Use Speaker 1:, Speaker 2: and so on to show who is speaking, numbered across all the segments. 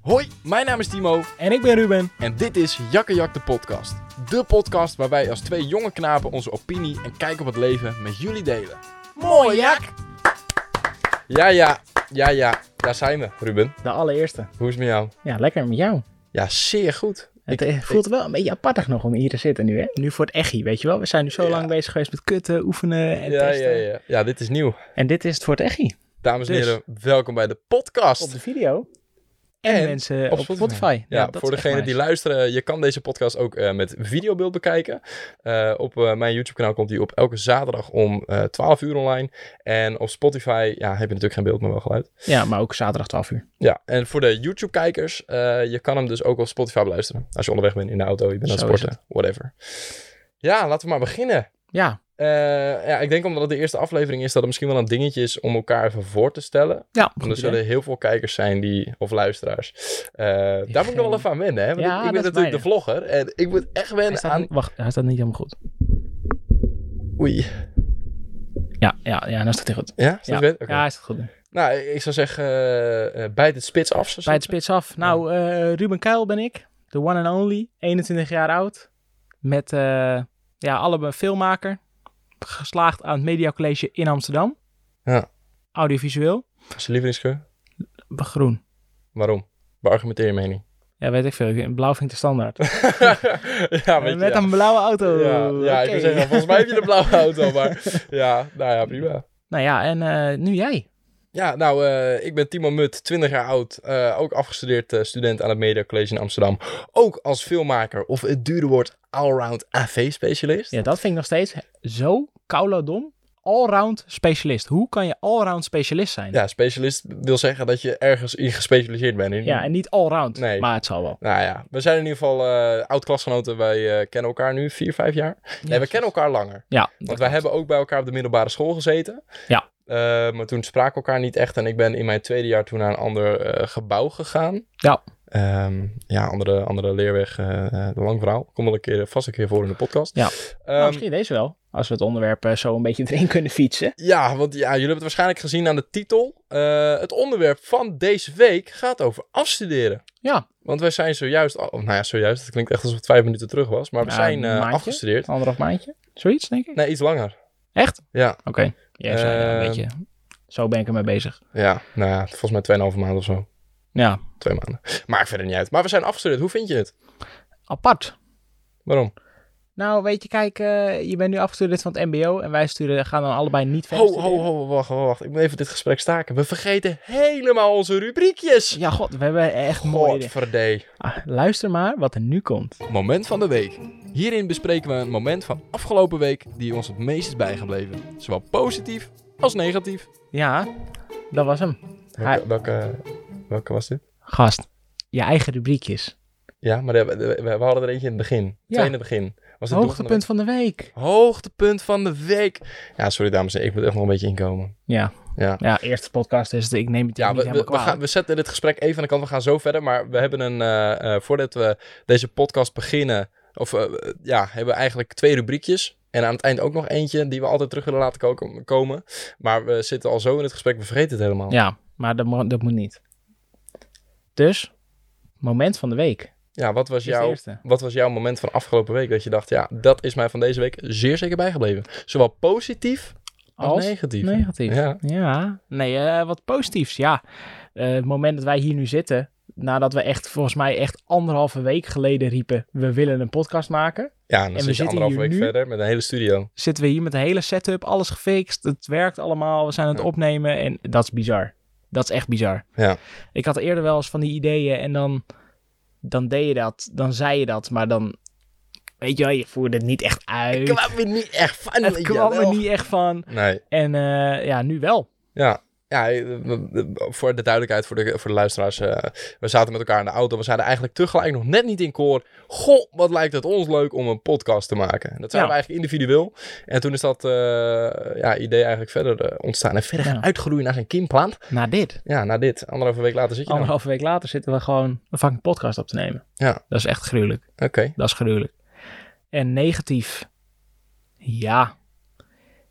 Speaker 1: Hoi, mijn naam is Timo
Speaker 2: En ik ben Ruben.
Speaker 1: en dit is Jakkejak de podcast. De podcast waar wij als twee jonge knapen onze opinie en kijk op het leven met jullie delen.
Speaker 2: Mooi, Jak!
Speaker 1: Ja, ja, ja, ja. Daar zijn we, Ruben.
Speaker 2: De allereerste.
Speaker 1: Hoe is het met jou?
Speaker 2: Ja, lekker met jou.
Speaker 1: Ja, zeer goed.
Speaker 2: Het eh, voelt wel een beetje apartig nog om hier te zitten nu, hè? Nu voor het echi, weet je wel? We zijn nu zo
Speaker 1: Ja.
Speaker 2: lang bezig geweest met kutten, oefenen en
Speaker 1: ja, ja,
Speaker 2: testen.
Speaker 1: ja. ja, dit is nieuw.
Speaker 2: En dit is het voor het echi.
Speaker 1: Dames en
Speaker 2: Dus.
Speaker 1: heren, welkom bij de podcast.
Speaker 2: Op de video. En,
Speaker 1: En
Speaker 2: mensen
Speaker 1: op
Speaker 2: Eh, op
Speaker 1: Spotify.
Speaker 2: Spotify.
Speaker 1: Ja,
Speaker 2: dat is
Speaker 1: voor
Speaker 2: echt
Speaker 1: degenen die
Speaker 2: nice.
Speaker 1: luisteren, je kan deze podcast ook eh, met videobeeld bekijken. Eh, op eh, mijn YouTube-kanaal komt die op elke zaterdag om eh 12 uur online. En op Spotify ja, heb je natuurlijk geen beeld, maar wel geluid.
Speaker 2: Ja, maar ook zaterdag 12 uur.
Speaker 1: Ja, en voor de YouTube-kijkers, eh, je kan hem dus ook op Spotify beluisteren. Als je onderweg bent in de auto, je bent aan het
Speaker 2: Zo is
Speaker 1: sporten, whatever. Ja, laten we maar beginnen.
Speaker 2: Ja,
Speaker 1: Eh, ja, ik denk omdat het de eerste aflevering is, dat het misschien wel een dingetje is om elkaar even voor te stellen. Want
Speaker 2: ja. goed
Speaker 1: er
Speaker 2: idee.
Speaker 1: zullen heel veel kijkers zijn die, of luisteraars. Eh, daar moet ik nog wel
Speaker 2: geen-
Speaker 1: even aan wennen, hè? Want
Speaker 2: Ja,
Speaker 1: ik- ik, ben
Speaker 2: dat is
Speaker 1: natuurlijk de vlogger en ik moet echt
Speaker 2: Hij
Speaker 1: wennen
Speaker 2: staat,
Speaker 1: aan...
Speaker 2: niet- Wacht, hij staat niet helemaal goed.
Speaker 1: Oei.
Speaker 2: Ja, ja, ja, nou staat hij goed.
Speaker 1: Ja, is dat
Speaker 2: Ja,
Speaker 1: wet? Oké.
Speaker 2: ja, hij staat goed. nu.
Speaker 1: Nou, ik zou zeggen, eh, eh, bijt het spits af. zou
Speaker 2: Bij het
Speaker 1: zeggen.
Speaker 2: spits af. Nou, eh, Ruben Kuil ben ik. De one and only. 21 jaar oud. Met, eh, ja, allebei filmmaker. Geslaagd aan het Media College in Amsterdam.
Speaker 1: Ja.
Speaker 2: Audiovisueel.
Speaker 1: Wat is je lievelingskleur?
Speaker 2: Groen.
Speaker 1: Waarom? Beargumenteer je mening.
Speaker 2: Ja, weet ik veel. Ik- Blauw vind ik de standaard.
Speaker 1: ja, weet je,
Speaker 2: Met
Speaker 1: ja.
Speaker 2: een blauwe auto.
Speaker 1: Ja, ja ik
Speaker 2: Oké.
Speaker 1: wil zeggen, volgens mij heb je de blauwe auto, maar ja, nou ja, prima.
Speaker 2: Nou ja, en eh, nu jij.
Speaker 1: Ja, nou, eh, ik ben Timo Mut, 20 jaar oud, eh, ook afgestudeerd eh, student aan het Media College in Amsterdam. Ook als filmmaker, of het dure woord, allround AV-specialist.
Speaker 2: Ja, dat vind ik nog steeds zo koulodom. Allround specialist. Hoe kan je allround specialist zijn?
Speaker 1: Ja, specialist wil zeggen dat je ergens in gespecialiseerd bent. In.
Speaker 2: Ja, en niet allround.
Speaker 1: Nee.
Speaker 2: Maar het zal wel.
Speaker 1: Nou ja, we zijn in ieder geval eh oud-klasgenoten. Wij eh, kennen elkaar nu vier, vijf jaar. Nee, we kennen elkaar langer.
Speaker 2: Ja,
Speaker 1: Want wij hebben ook bij elkaar op de middelbare school gezeten.
Speaker 2: Ja.
Speaker 1: Eh, maar toen spraken we elkaar niet echt. En ik ben in mijn tweede jaar toen naar een ander eh, gebouw gegaan.
Speaker 2: Ja.
Speaker 1: Ehm, ja, andere, andere leerweg. eh, eh, lang verhaal. Komt wel een keer, vast een keer voor in de podcast.
Speaker 2: Ja.
Speaker 1: Ehm,
Speaker 2: Nou, misschien deze wel. Als we het onderwerp eh, zo een beetje erin kunnen fietsen.
Speaker 1: ja, want ja, jullie hebben het waarschijnlijk gezien aan de titel. Eh, het onderwerp van deze week gaat over afstuderen.
Speaker 2: Ja.
Speaker 1: Want wij zijn zojuist, al, nou ja, zojuist, het klinkt echt alsof het vijf minuten terug was. Maar we
Speaker 2: Ja,
Speaker 1: zijn
Speaker 2: een
Speaker 1: eh,
Speaker 2: maandje.
Speaker 1: afgestudeerd.
Speaker 2: Anderhalf maandje. Zoiets, denk ik.
Speaker 1: Nee, iets langer.
Speaker 2: Echt?
Speaker 1: Ja,
Speaker 2: Oké. Ehm, Jij zei ja,
Speaker 1: Eh,
Speaker 2: een beetje. Zo ben ik ermee bezig.
Speaker 1: ja, nou ja, volgens mij 2,5 maand of zo.
Speaker 2: Ja,
Speaker 1: Twee maanden. Maakt verder niet uit. Maar we zijn afgestudeerd. Hoe vind je het?
Speaker 2: apart.
Speaker 1: Waarom?
Speaker 2: Nou, weet je, kijk, eh, je bent nu afgestudeerd van het mbo en wij sturen, gaan dan allebei niet verder
Speaker 1: Ho, ho,
Speaker 2: studeren.
Speaker 1: ho, wacht, wacht, wacht. Ik moet even dit gesprek staken. We vergeten helemaal onze rubriekjes.
Speaker 2: Ja, god, we hebben echt mooie dingen.
Speaker 1: Godverdee.
Speaker 2: Ah, luister maar wat er nu komt.
Speaker 1: Moment van de week. Hierin bespreken we een moment van afgelopen week die ons het meest is bijgebleven. Zowel positief als negatief.
Speaker 2: Ja, dat was hem.
Speaker 1: Welke, welke, welke was dit?
Speaker 2: Gast, je eigen rubriekjes.
Speaker 1: Ja, maar we, we- we hadden er eentje in het begin.
Speaker 2: Ja.
Speaker 1: Twee in het begin. Was het
Speaker 2: Hoogtepunt van de week.
Speaker 1: Hoogtepunt van de week. Ja, sorry dames en heren. Ik moet echt nog een beetje inkomen.
Speaker 2: Ja,
Speaker 1: Ja.
Speaker 2: ja eerste podcast, dus ik neem het
Speaker 1: Ja,
Speaker 2: ja, niet
Speaker 1: we, we,
Speaker 2: helemaal
Speaker 1: we
Speaker 2: kwalijk.
Speaker 1: gaan, we zetten dit gesprek even aan de kant. We gaan zo verder. Maar we hebben een. eh, eh, voordat we deze podcast beginnen. Of eh, ja, hebben we eigenlijk twee rubriekjes. En aan het eind ook nog eentje die we altijd terug willen laten ko- komen. Maar we zitten al zo in het gesprek, we vergeten het helemaal.
Speaker 2: Ja, maar dat, mo- dat moet niet. Dus, moment van de week.
Speaker 1: Ja, wat was,
Speaker 2: Is de
Speaker 1: jouw,
Speaker 2: eerste.
Speaker 1: wat was jouw moment van afgelopen week? Dat je dacht, ja, dat is mij van deze week zeer zeker bijgebleven. Zowel positief als,
Speaker 2: Als
Speaker 1: negatief.
Speaker 2: negatief.
Speaker 1: Ja.
Speaker 2: Ja, nee, eh, wat positiefs, ja. Eh, het moment dat wij hier nu zitten, nadat we echt volgens mij echt anderhalve week geleden riepen, we willen een podcast maken,
Speaker 1: ja, en
Speaker 2: we
Speaker 1: dan zit je
Speaker 2: zitten
Speaker 1: anderhalf
Speaker 2: hier
Speaker 1: week
Speaker 2: nu.
Speaker 1: verder met een hele studio.
Speaker 2: zitten we hier met een hele setup, alles gefixt, het werkt allemaal, we zijn aan het
Speaker 1: Ja.
Speaker 2: opnemen en dat is bizar. Dat is echt bizar.
Speaker 1: Ja.
Speaker 2: Ik had eerder wel eens van die ideeën en dan, dan deed je dat, dan zei je dat, maar dan, weet je wel, je voerde het niet echt uit.
Speaker 1: Ik kwam er niet echt van.
Speaker 2: het kwam er
Speaker 1: jawel.
Speaker 2: niet echt van.
Speaker 1: Nee.
Speaker 2: En eh, ja, nu wel.
Speaker 1: Ja. Ja, eh, we- we- voor de duidelijkheid, voor de, voor de luisteraars. eh, we zaten met elkaar in de auto. We zeiden eigenlijk tegelijk nog net niet in koor. Goh, wat lijkt het ons leuk om een podcast te maken. En Dat zijn
Speaker 2: Ja.
Speaker 1: we eigenlijk individueel. En toen is dat eh, ja, idee eigenlijk verder eh, ontstaan. En verder gaan
Speaker 2: Ja.
Speaker 1: uitgroeien naar zijn kimplant.
Speaker 2: Na dit.
Speaker 1: Ja, na dit. Anderhalve week later zit je nou.
Speaker 2: Anderhalve week later zitten we gewoon een fucking podcast op te nemen.
Speaker 1: Ja.
Speaker 2: Dat is echt gruwelijk.
Speaker 1: Oké.
Speaker 2: Dat is gruwelijk. En negatief. Ja.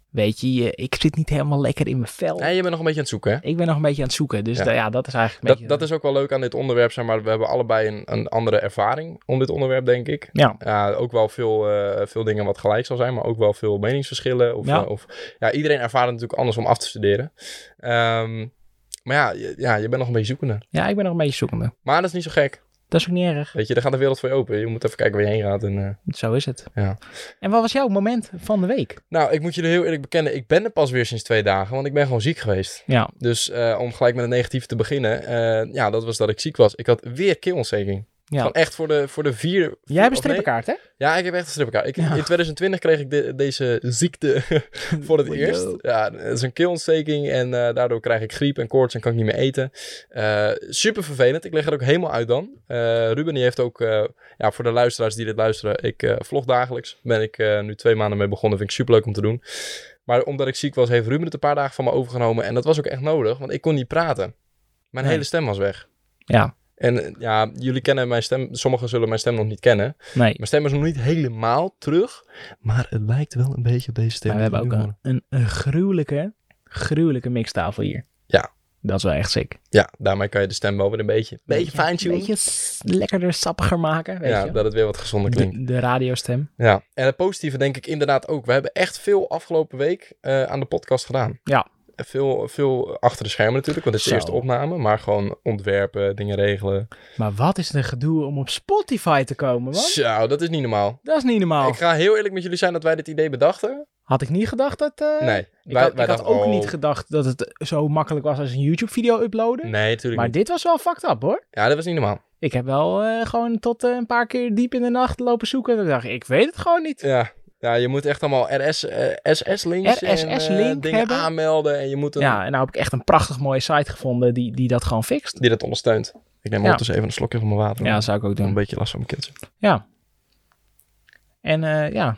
Speaker 2: weet je, je- ik zit niet helemaal lekker in mijn vel.
Speaker 1: Nee, je bent nog een beetje aan het zoeken, hè?
Speaker 2: Ik ben nog een beetje aan het zoeken. Dus
Speaker 1: Ja.
Speaker 2: ja, ja dat is eigenlijk een
Speaker 1: Dat,
Speaker 2: beetje...
Speaker 1: dat is ook wel leuk aan dit onderwerp, zeg maar. We hebben allebei een, een andere ervaring om dit onderwerp, denk ik.
Speaker 2: Ja.
Speaker 1: ook wel veel, eh, veel dingen wat gelijk zal zijn, maar ook wel veel meningsverschillen. Of,
Speaker 2: Ja.
Speaker 1: eh, of, ja, iedereen ervaart het natuurlijk anders om af te studeren. Ehm, maar ja je, ja, je bent nog een beetje zoekende.
Speaker 2: Ja, ik ben nog een beetje zoekende.
Speaker 1: Maar dat is niet zo gek.
Speaker 2: Dat is ook niet erg.
Speaker 1: Weet je, daar gaat de wereld voor je open. Je moet even kijken waar je heen gaat. En, eh,
Speaker 2: Zo is het.
Speaker 1: Ja.
Speaker 2: En wat was jouw moment van de week?
Speaker 1: Nou, ik moet jullie heel eerlijk bekennen, ik ben er pas weer sinds twee dagen, want ik ben gewoon ziek geweest.
Speaker 2: Ja,
Speaker 1: Dus eh, om gelijk met het negatief te beginnen, eh, ja, dat was dat ik ziek was. Ik had weer keelontsteking.
Speaker 2: Ja.
Speaker 1: Gewoon echt voor de, voor de vier...
Speaker 2: jij hebt een
Speaker 1: of nee,
Speaker 2: strippenkaart, hè?
Speaker 1: Ja, ik heb echt een strippenkaart. Ik,
Speaker 2: Ja.
Speaker 1: In 2020 kreeg ik de- deze ziekte voor het
Speaker 2: Wow.
Speaker 1: eerst. Ja, het is een keelontsteking en eh, daardoor krijg ik griep en koorts en kan ik niet meer eten. Eh, super vervelend. Ik leg er ook helemaal uit dan. Eh, Ruben die heeft ook, eh, ja, voor de luisteraars die dit luisteren, ik eh, vlog dagelijks. Ben ik eh, nu twee maanden mee begonnen. Vind ik super leuk om te doen. Maar omdat ik ziek was, heeft Ruben het een paar dagen van me overgenomen. En dat was ook echt nodig, want ik kon niet praten. Mijn
Speaker 2: Nee.
Speaker 1: hele stem was weg.
Speaker 2: Ja.
Speaker 1: En eh, ja, jullie kennen mijn stem. Sommigen zullen mijn stem nog niet kennen.
Speaker 2: Nee.
Speaker 1: Mijn stem is nog niet helemaal terug, maar het lijkt wel een beetje op deze stem.
Speaker 2: Maar we hebben
Speaker 1: die
Speaker 2: ook
Speaker 1: we nu
Speaker 2: een, een, een gruwelijke, gruwelijke mixtafel hier.
Speaker 1: Ja.
Speaker 2: Dat is wel echt sick.
Speaker 1: horen. Ja, daarmee kan je de stem wel weer een beetje, beetje fine-tunen.
Speaker 2: Beetje s- lekkerder, sappiger maken, weet
Speaker 1: ja,
Speaker 2: je.
Speaker 1: dat het weer wat gezonder klinkt.
Speaker 2: De, de radiostem.
Speaker 1: Ja, en het positieve denk ik inderdaad ook. We hebben echt veel afgelopen week eh, aan de podcast gedaan.
Speaker 2: Ja.
Speaker 1: En Veel, veel achter de schermen natuurlijk, want het is de
Speaker 2: Zo.
Speaker 1: eerste opname. Maar gewoon ontwerpen, dingen regelen.
Speaker 2: Maar wat is het een gedoe om op Spotify te komen, man?
Speaker 1: Zo, dat is niet normaal.
Speaker 2: Dat is niet normaal.
Speaker 1: Ik ga heel eerlijk met jullie zijn dat wij dit idee bedachten.
Speaker 2: Had ik niet gedacht dat... eh,
Speaker 1: Nee.
Speaker 2: Ik had, ik had ook
Speaker 1: oh.
Speaker 2: niet gedacht dat het zo makkelijk was als een YouTube-video uploaden.
Speaker 1: Nee, natuurlijk
Speaker 2: maar
Speaker 1: niet.
Speaker 2: dit was wel fucked up, hoor.
Speaker 1: Ja, dat was niet normaal.
Speaker 2: Ik heb wel eh, gewoon tot eh, een paar keer diep in de nacht lopen zoeken. En ik dacht, ik weet het gewoon niet.
Speaker 1: Ja. ja, je moet echt allemaal RS, eh, SS-links en eh,
Speaker 2: RSS-link
Speaker 1: dingen
Speaker 2: hebben.
Speaker 1: aanmelden. En je moet een,
Speaker 2: Ja, en nou heb ik echt een prachtig mooie site gevonden die, die dat gewoon fixt.
Speaker 1: die dat ondersteunt. Ik neem
Speaker 2: Ja.
Speaker 1: ondertussen even een slokje van mijn water.
Speaker 2: Ja,
Speaker 1: Ik
Speaker 2: dat zou ik ook
Speaker 1: heb een
Speaker 2: doen.
Speaker 1: beetje last van mijn kindje.
Speaker 2: En eh, ja,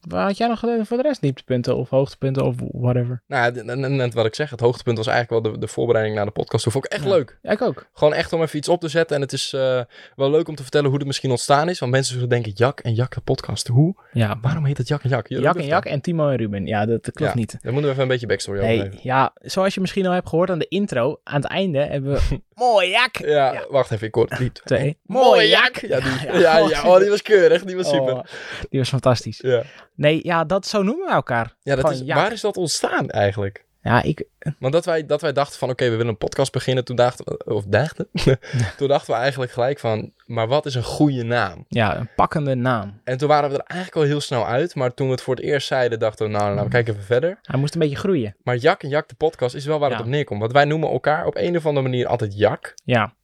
Speaker 2: waar had jij nog eh, voor de rest dieptepunten of hoogtepunten of whatever?
Speaker 1: Nou, d- n- n- net wat ik zeg. Het hoogtepunt was eigenlijk wel de, de voorbereiding naar de podcast. Dat vond ik echt
Speaker 2: Ja.
Speaker 1: leuk.
Speaker 2: Ja, ik ook.
Speaker 1: Gewoon echt om even iets op te zetten. En het is eh, wel leuk om te vertellen hoe het misschien ontstaan is. Want mensen zullen denken, Jak en Jak de podcast. Hoe?
Speaker 2: Ja,
Speaker 1: Waarom heet dat Jak en Jak? Jullie
Speaker 2: Jak en
Speaker 1: weten
Speaker 2: Jak
Speaker 1: dat.
Speaker 2: en Timo en Ruben. Ja, dat, dat klopt
Speaker 1: Ja.
Speaker 2: niet.
Speaker 1: Daar moeten we even een beetje backstory over
Speaker 2: Nee,
Speaker 1: geven.
Speaker 2: ja, zoals je misschien al hebt gehoord aan de intro, aan het einde hebben we... Mooi Jak!
Speaker 1: Ja,
Speaker 2: Ja.
Speaker 1: wacht even. Ik hoor het niet.
Speaker 2: Twee.
Speaker 1: Mooie Jak! Ja, die, ja,
Speaker 2: Ja,
Speaker 1: ja,
Speaker 2: oh,
Speaker 1: oh, die was keurig. Die was super.
Speaker 2: Oh, die was fantastisch.
Speaker 1: Ja,
Speaker 2: Nee, ja, dat, zo noemen we elkaar.
Speaker 1: ja dat
Speaker 2: Gewoon
Speaker 1: is,
Speaker 2: Jak.
Speaker 1: waar is dat ontstaan eigenlijk?
Speaker 2: Ja, ik...
Speaker 1: Want dat wij, dat wij dachten van, oké, we willen een podcast beginnen. Toen dachten we, of dachten? toen dachten we eigenlijk gelijk van, maar wat is een goede naam?
Speaker 2: Ja, een pakkende naam.
Speaker 1: En toen waren we er eigenlijk al heel snel uit. Maar toen we het voor het eerst zeiden, dachten we, nou,
Speaker 2: Mm.
Speaker 1: nou, we kijken even verder.
Speaker 2: Hij moest een beetje groeien.
Speaker 1: Maar Jak en Jak, de podcast, is wel waar het
Speaker 2: Ja.
Speaker 1: op neerkomt. Want wij noemen elkaar op een of andere manier altijd Jak.
Speaker 2: Ja,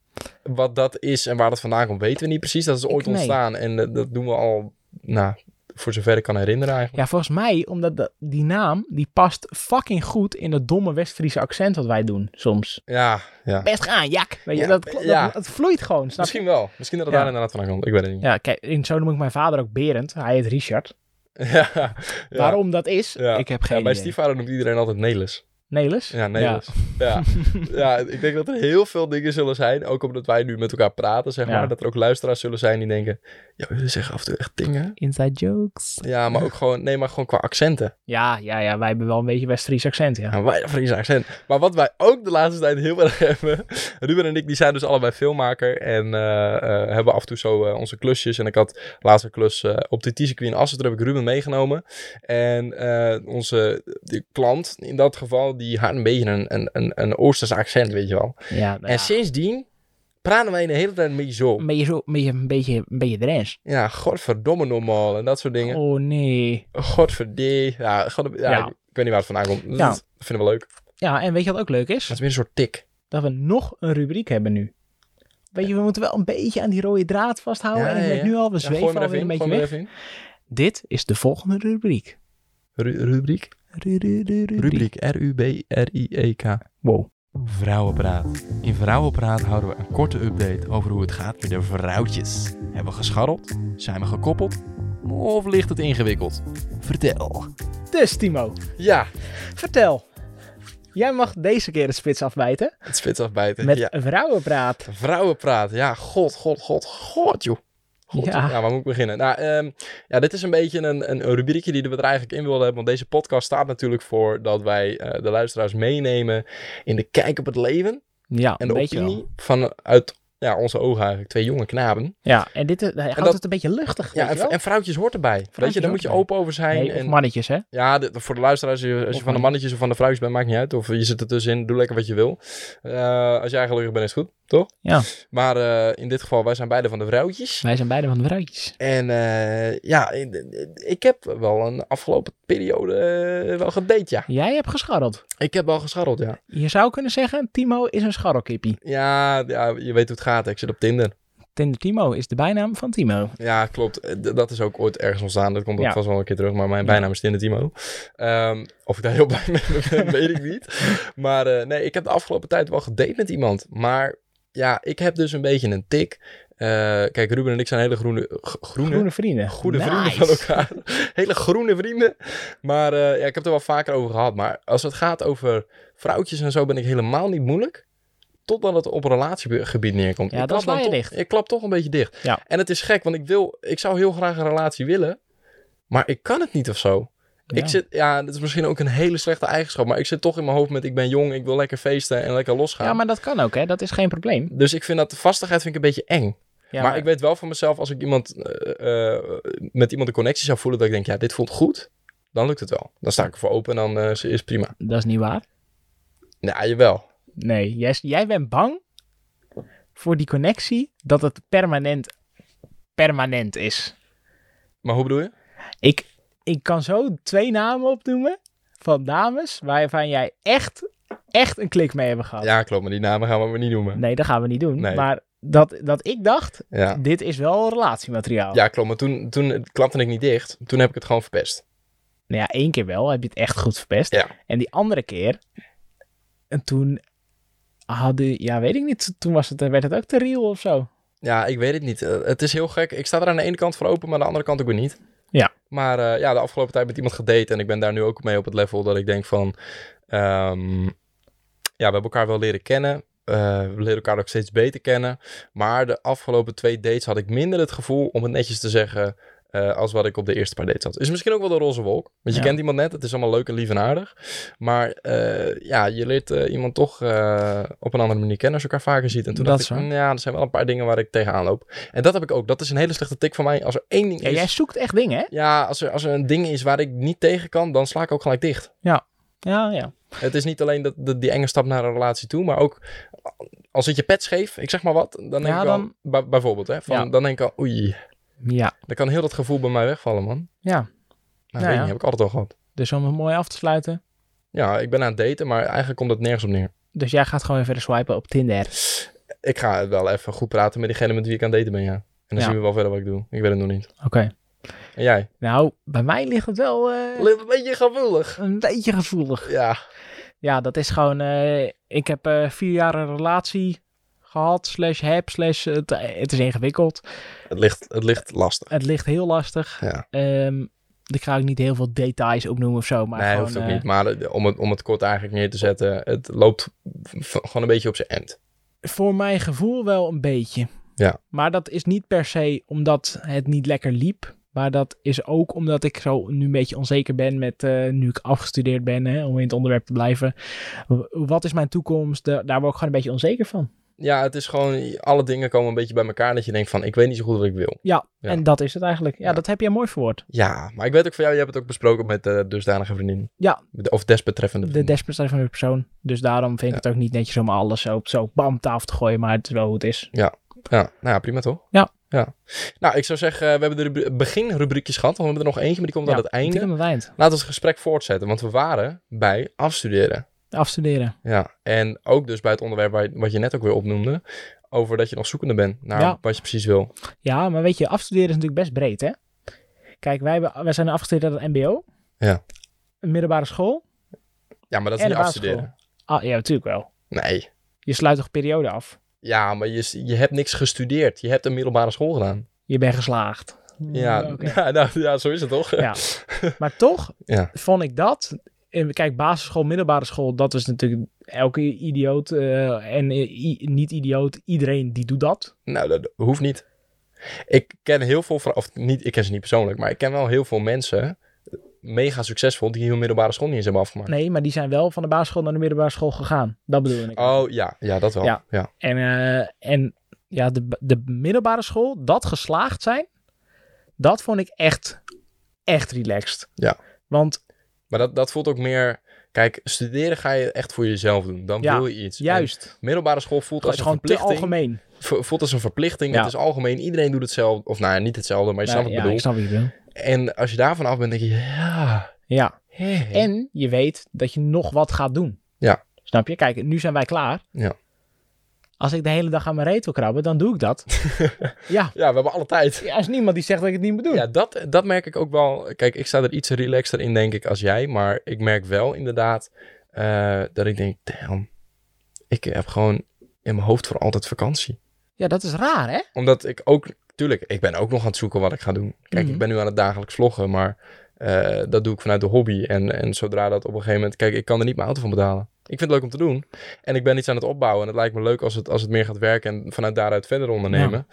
Speaker 1: Wat dat is en waar dat vandaan komt, weten we niet precies. Dat is ooit
Speaker 2: nee.
Speaker 1: ontstaan. En eh, dat doen we al, nou, voor zover ik kan herinneren eigenlijk.
Speaker 2: Ja, volgens mij, omdat de- die naam, die past fucking goed in dat domme West-Friese accent wat wij doen soms.
Speaker 1: Ja, ja.
Speaker 2: Best gaan, jak. Weet je,
Speaker 1: Ja,
Speaker 2: dat, klo-
Speaker 1: ja.
Speaker 2: dat, het vloeit gewoon, snap je?
Speaker 1: Misschien wel. Misschien dat het
Speaker 2: Ja.
Speaker 1: daar inderdaad vandaan komt. Ik weet het niet.
Speaker 2: Ja, kijk, en zo noem ik mijn vader ook Berend. Hij heet Richard.
Speaker 1: Ja. Ja.
Speaker 2: Waarom dat is,
Speaker 1: Ja.
Speaker 2: ik heb
Speaker 1: Ja,
Speaker 2: geen
Speaker 1: bij
Speaker 2: idee.
Speaker 1: stiefvader noemt iedereen altijd Nelis.
Speaker 2: Nelis?
Speaker 1: Ja, Nelis. Ja. Ja. ik denk dat er heel veel dingen zullen zijn, ook omdat wij nu met elkaar praten, zeg
Speaker 2: Ja.
Speaker 1: maar, dat er ook luisteraars zullen zijn die denken, ja, jullie zeggen af en toe echt dingen.
Speaker 2: Inside jokes.
Speaker 1: Ja, maar ook gewoon, nee, maar gewoon qua accenten.
Speaker 2: Ja, ja, ja, wij hebben wel een beetje West-Fries accent, ja.
Speaker 1: Ja, Nou, wij Friese accent. Maar wat wij ook de laatste tijd heel erg hebben, Ruben en ik, die zijn dus allebei filmmaker en eh, eh, hebben af en toe zo eh, onze klusjes. En ik had laatst een klus eh, op de TC Queen Assen, daar heb ik Ruben meegenomen. En eh, onze de klant, in dat geval, die had een beetje een, een, een, een Oosters accent, weet je wel.
Speaker 2: ja Mm. nou
Speaker 1: En
Speaker 2: ja.
Speaker 1: sindsdien praten wij de hele tijd een beetje zo.
Speaker 2: Een beetje zo, een beetje, een beetje, een beetje drens.
Speaker 1: Ja, godverdomme normaal en dat soort dingen.
Speaker 2: Oh nee.
Speaker 1: Godverdie. Ja, god, ja,
Speaker 2: Ja.
Speaker 1: Ik, ik weet niet waar het vandaan komt.
Speaker 2: Ja.
Speaker 1: Dat vinden we leuk. Maar
Speaker 2: Ja, en weet je wat ook leuk is?
Speaker 1: het is meer een soort tik.
Speaker 2: dat we nog een rubriek hebben nu. Weet je, we moeten wel een beetje aan die rode draad vasthouden.
Speaker 1: Ja,
Speaker 2: en ik
Speaker 1: ja,
Speaker 2: merk
Speaker 1: ja.
Speaker 2: nu al, we
Speaker 1: Ja, gooi
Speaker 2: zweven
Speaker 1: maar
Speaker 2: alweer
Speaker 1: even
Speaker 2: een
Speaker 1: in.
Speaker 2: beetje
Speaker 1: Gooi maar
Speaker 2: weg.
Speaker 1: even in.
Speaker 2: Dit is de volgende rubriek.
Speaker 1: Ru- rubriek?
Speaker 2: Ru- ru- ru- rubriek.
Speaker 1: Rubriek. R-U-B-R-I-E-K.
Speaker 2: Wow.
Speaker 1: Vrouwenpraat. In Vrouwenpraat houden we een korte update over hoe het gaat met de vrouwtjes. Hebben we gescharreld? Zijn we gekoppeld? Of ligt het ingewikkeld? Vertel.
Speaker 2: Dus Timo,
Speaker 1: Ja,
Speaker 2: vertel. Jij mag deze keer de spits afbijten
Speaker 1: het spits afbijten.
Speaker 2: met
Speaker 1: Ja.
Speaker 2: vrouwenpraat.
Speaker 1: Vrouwenpraat. Ja, god, god, god, god, joh. God,
Speaker 2: Ja.
Speaker 1: ja. waar moet ik beginnen? Nou, ehm, ja, dit is een beetje een, een, een rubriekje die we er eigenlijk in wilden hebben. Want deze podcast staat natuurlijk voor dat wij eh, de luisteraars meenemen in de kijk op het leven.
Speaker 2: Ja,
Speaker 1: En
Speaker 2: een
Speaker 1: de
Speaker 2: beetje wel.
Speaker 1: opinie vanuit ja, onze ogen eigenlijk. Twee jonge knapen.
Speaker 2: Ja, en dit is- hij houdt
Speaker 1: dat-
Speaker 2: het een beetje luchtig,
Speaker 1: Ja,
Speaker 2: weet
Speaker 1: en,
Speaker 2: je wel?
Speaker 1: en vrouwtjes hoort erbij. weet je,
Speaker 2: hoort
Speaker 1: daar moet je
Speaker 2: erbij.
Speaker 1: open over zijn.
Speaker 2: Nee, of
Speaker 1: en,
Speaker 2: mannetjes, hè?
Speaker 1: Ja, dit- voor de luisteraars, eh, als je, als
Speaker 2: Of
Speaker 1: je van de
Speaker 2: man-
Speaker 1: mannetjes of van de vrouwtjes bent, maakt niet uit. Of je zit er tussenin, doe lekker wat je wil. Eh, als jij gelukkig bent, is het goed, toch?
Speaker 2: Ja.
Speaker 1: Maar eh, in dit geval, wij zijn beide van de vrouwtjes.
Speaker 2: Wij zijn beide van de vrouwtjes.
Speaker 1: En eh, ja, ik- ik heb wel een afgelopen periode eh, wel gedate, ja.
Speaker 2: Jij hebt gescharreld.
Speaker 1: Ik heb wel gescharreld, ja.
Speaker 2: Je zou kunnen zeggen, Timo is een scharrelkippie.
Speaker 1: ja. Ja, je weet hoe het gaat. hè. Ik zit op Tinder.
Speaker 2: Tender Timo is de bijnaam van Timo.
Speaker 1: Ja, klopt. Eh, d- Dat is ook ooit ergens ontstaan. Dat komt ook
Speaker 2: Ja.
Speaker 1: vast wel een keer terug. Maar mijn
Speaker 2: Ja.
Speaker 1: bijnaam is Tinder Timo. Ehm, of ik daar heel blij mee ben, weet ik niet. Maar eh, nee, ik heb de afgelopen tijd wel gedate met iemand. Maar ja, ik heb dus een beetje een tik. Eh, kijk, Ruben en ik zijn hele groene, g- groene,
Speaker 2: Groene vrienden.
Speaker 1: goede
Speaker 2: Nice.
Speaker 1: vrienden van elkaar. Hele groene vrienden. Maar eh, ja, ik heb het er wel vaker over gehad. Maar als het gaat over vrouwtjes en zo ben ik helemaal niet moeilijk. Totdat het op relatiegebied neerkomt.
Speaker 2: Ja,
Speaker 1: Ik
Speaker 2: dan
Speaker 1: klap
Speaker 2: sla je
Speaker 1: toch-
Speaker 2: dicht.
Speaker 1: Ik klap toch een beetje dicht.
Speaker 2: Ja.
Speaker 1: En het is gek, want ik, wil, ik zou heel graag een relatie willen. Maar ik kan het niet of zo.
Speaker 2: Ja.
Speaker 1: Ik zit, ja, dat is misschien ook een hele slechte eigenschap. Maar ik zit toch in mijn hoofd met ik ben jong, ik wil lekker feesten en lekker losgaan.
Speaker 2: Ja, maar dat kan ook, hè? Dat is geen probleem.
Speaker 1: Dus ik vind dat de vastigheid vind ik een beetje eng
Speaker 2: Ja,
Speaker 1: maar, ik weet wel van mezelf, als ik iemand, eh, eh, met iemand een connectie zou voelen, dat ik denk, ja, dit voelt goed, dan lukt het wel. Dan sta ik ervoor open en dan eh, is- is prima.
Speaker 2: Dat is niet waar.
Speaker 1: Nou, jawel.
Speaker 2: Nee, jij, jij bent bang voor die connectie dat het permanent, permanent is.
Speaker 1: Maar hoe bedoel je?
Speaker 2: Ik, ik kan zo twee namen opnoemen van dames waarvan jij echt, echt een klik mee hebben gehad.
Speaker 1: Ja, klopt, maar die namen gaan we maar niet noemen.
Speaker 2: Nee, dat gaan we niet doen.
Speaker 1: Nee.
Speaker 2: Maar dat, dat ik dacht,
Speaker 1: Ja.
Speaker 2: dit is wel relatiemateriaal.
Speaker 1: ja, klopt, maar toen, toen klapte ik niet dicht. Toen heb ik het gewoon verpest.
Speaker 2: Nou ja, één keer wel heb je het echt goed verpest.
Speaker 1: Ja.
Speaker 2: En die andere keer, en toen hadden, ja weet ik niet, toen was het, werd het ook te real of zo.
Speaker 1: Ja, ik weet het niet. Eh, het is heel gek. Ik sta er aan de ene kant voor open, maar aan de andere kant ook weer niet.
Speaker 2: Ja.
Speaker 1: Maar eh, ja, de afgelopen tijd met iemand gedate en ik ben daar nu ook mee op het level dat ik denk van... ehm, ja, we hebben elkaar wel leren kennen. Eh, we leren elkaar ook steeds beter kennen. Maar de afgelopen twee dates had ik minder het gevoel om het netjes te zeggen... eh, als wat ik op de eerste paar dates had. Is misschien ook wel de roze wolk. Want je
Speaker 2: Ja.
Speaker 1: kent iemand net, het is allemaal leuk en lief en aardig. Maar eh, ja, je leert eh, iemand toch eh, op een andere manier kennen als je elkaar vaker ziet. En toen
Speaker 2: Dat
Speaker 1: dacht ik,
Speaker 2: is waar.
Speaker 1: "Mm, ja, er zijn wel een paar dingen waar ik tegenaan loop. En dat heb ik ook. Dat is een hele slechte tik van mij. Als er één ding
Speaker 2: Ja,
Speaker 1: is...
Speaker 2: jij zoekt echt dingen, hè?
Speaker 1: Ja, als er, als er een ding is waar ik niet tegen kan, dan sla ik ook gelijk dicht.
Speaker 2: Ja, ja.
Speaker 1: Het is niet alleen dat, dat die enge stap naar een relatie toe, maar ook als het je pet scheef, ik zeg maar wat, dan denk
Speaker 2: Ja,
Speaker 1: ik wel,
Speaker 2: dan-
Speaker 1: bij- bijvoorbeeld, hè, van,
Speaker 2: Ja.
Speaker 1: dan denk ik al, oei,
Speaker 2: Ja,
Speaker 1: dan kan heel dat gevoel bij mij wegvallen, man.
Speaker 2: ja.
Speaker 1: Nou,
Speaker 2: Ja,
Speaker 1: weet
Speaker 2: ja.
Speaker 1: niet, heb ik altijd al gehad.
Speaker 2: Dus om het mooi af te sluiten.
Speaker 1: Ja, ik ben aan het daten, maar eigenlijk komt dat nergens op neer.
Speaker 2: Dus jij gaat gewoon weer verder swipen op Tinder.
Speaker 1: Ik ga wel even goed praten met diegene met wie ik aan het daten ben, ja. En dan
Speaker 2: Ja.
Speaker 1: zien we wel verder wat ik doe. Ik weet het nog niet.
Speaker 2: Oké.
Speaker 1: En jij?
Speaker 2: Nou, bij mij ligt het wel eh,
Speaker 1: Een beetje gevoelig.
Speaker 2: een beetje gevoelig.
Speaker 1: Ja.
Speaker 2: Ja, dat is gewoon... eh, ik heb eh, vier jaar een relatie gehad, slash heb, slash... Het, het is ingewikkeld.
Speaker 1: Het ligt, het ligt lastig.
Speaker 2: Het ligt heel lastig.
Speaker 1: Ja.
Speaker 2: Ehm, ik ga ook niet heel veel details opnoemen of zo. Maar
Speaker 1: nee,
Speaker 2: gewoon,
Speaker 1: hoeft ook
Speaker 2: eh,
Speaker 1: niet. Maar eh, om het, om het kort eigenlijk neer te zetten, het loopt v- gewoon een beetje op zijn end.
Speaker 2: Voor mijn gevoel wel een beetje.
Speaker 1: Ja.
Speaker 2: Maar dat is niet per se omdat het niet lekker liep. Maar dat is ook omdat ik zo nu een beetje onzeker ben met eh, nu ik afgestudeerd ben, hè, om in het onderwerp te blijven. W- Wat is mijn toekomst? Da- daar word ik gewoon een beetje onzeker van.
Speaker 1: Ja, het is gewoon, alle dingen komen een beetje bij elkaar dat je denkt van, ik weet niet zo goed wat ik wil.
Speaker 2: Ja,
Speaker 1: Ja.
Speaker 2: en dat is het eigenlijk. Ja,
Speaker 1: Ja.
Speaker 2: dat heb jij mooi verwoord.
Speaker 1: Ja, maar ik weet ook van jou, je hebt het ook besproken met eh, de dusdanige vriendin.
Speaker 2: Ja.
Speaker 1: De- Of desbetreffende
Speaker 2: De
Speaker 1: vriendin.
Speaker 2: desperate van de persoon. Dus daarom vind ik
Speaker 1: Ja.
Speaker 2: het ook niet netjes om alles zo, zo bam tafel te gooien. Maar het is wel hoe het is.
Speaker 1: ja, nou ja, prima toch?
Speaker 2: Ja.
Speaker 1: ja. Nou, ik zou zeggen, we hebben de rubri- beginrubriekjes gehad, want we hebben er nog eentje, maar die komt
Speaker 2: Ja,
Speaker 1: aan het
Speaker 2: die
Speaker 1: einde.
Speaker 2: komt aan het eind.
Speaker 1: Laten we het gesprek voortzetten, want we waren bij afstuderen.
Speaker 2: Afstuderen.
Speaker 1: Ja, en ook dus bij het onderwerp waar, wat je net ook weer opnoemde, over dat je nog zoekende bent naar
Speaker 2: Ja.
Speaker 1: wat je precies wil.
Speaker 2: Ja, maar weet je, afstuderen is natuurlijk best breed, hè? Kijk, wij, hebben, wij zijn afgestudeerd aan het mbo.
Speaker 1: Ja.
Speaker 2: Een middelbare school.
Speaker 1: Ja, maar dat is
Speaker 2: En
Speaker 1: niet
Speaker 2: de
Speaker 1: afstuderen.
Speaker 2: Ah, ja, natuurlijk wel.
Speaker 1: Nee.
Speaker 2: Je sluit toch een periode af?
Speaker 1: Ja, maar je, je hebt niks gestudeerd. Je hebt een middelbare school gedaan.
Speaker 2: Je bent geslaagd.
Speaker 1: Ja,
Speaker 2: Mm, Oké.
Speaker 1: ja, nou, ja zo is het toch?
Speaker 2: Ja. Maar toch
Speaker 1: Ja.
Speaker 2: vond ik dat... en Kijk, basisschool, middelbare school, dat is natuurlijk elke idioot eh, en eh, i- niet idioot. Iedereen die doet dat.
Speaker 1: Nou, dat hoeft niet. Ik ken heel veel, vrou- of niet, ik ken ze niet persoonlijk, maar ik ken wel heel veel mensen, eh, mega succesvol, die hun middelbare school niet eens hebben afgemaakt.
Speaker 2: Nee, maar die zijn wel van de basisschool naar de middelbare school gegaan. Dat bedoel ik.
Speaker 1: Oh ja, ja, dat wel.
Speaker 2: Ja.
Speaker 1: Ja.
Speaker 2: En, eh, en ja, de, de middelbare school, dat geslaagd zijn, dat vond ik echt, echt relaxed.
Speaker 1: Ja.
Speaker 2: Want
Speaker 1: Maar dat, dat voelt ook meer. Kijk, studeren ga je echt voor jezelf doen. Dan
Speaker 2: Ja,
Speaker 1: wil je iets.
Speaker 2: juist,
Speaker 1: En middelbare school voelt
Speaker 2: het
Speaker 1: als een
Speaker 2: is gewoon te
Speaker 1: verplichting.
Speaker 2: algemeen.
Speaker 1: vo- voelt als een verplichting.
Speaker 2: Ja.
Speaker 1: Het is algemeen. Iedereen doet hetzelfde. Of nou, ja, niet hetzelfde, maar je snapt
Speaker 2: Nee,
Speaker 1: wat
Speaker 2: ja,
Speaker 1: ik bedoel.
Speaker 2: ik snap wat je bedoelt.
Speaker 1: En als je daarvan af bent, denk je, ja.
Speaker 2: Ja.
Speaker 1: hè.
Speaker 2: En je weet dat je nog wat gaat doen.
Speaker 1: Ja.
Speaker 2: Snap je? Kijk, nu zijn wij klaar.
Speaker 1: Ja.
Speaker 2: Als ik de hele dag aan mijn reet wil krabben, dan doe ik dat. ja.
Speaker 1: Ja, we hebben alle tijd.
Speaker 2: ja. Er is niemand die zegt dat ik het niet moet doen.
Speaker 1: Ja, dat, dat merk ik ook wel. Kijk, ik sta er iets relaxter in, denk ik, als jij. Maar ik merk wel inderdaad eh, dat ik denk, damn. Ik heb gewoon in mijn hoofd voor altijd vakantie.
Speaker 2: Ja, dat is raar, hè?
Speaker 1: Omdat ik ook, tuurlijk, ik ben ook nog aan het zoeken wat ik ga doen. Kijk,
Speaker 2: Mhm.
Speaker 1: ik ben nu aan het dagelijks vloggen, maar eh, dat doe ik vanuit de hobby. En, en zodra dat op een gegeven moment, kijk, ik kan er niet mijn auto van betalen. Ik vind het leuk om te doen. En ik ben iets aan het opbouwen. En het lijkt me leuk als het, als het meer gaat werken en vanuit daaruit verder ondernemen.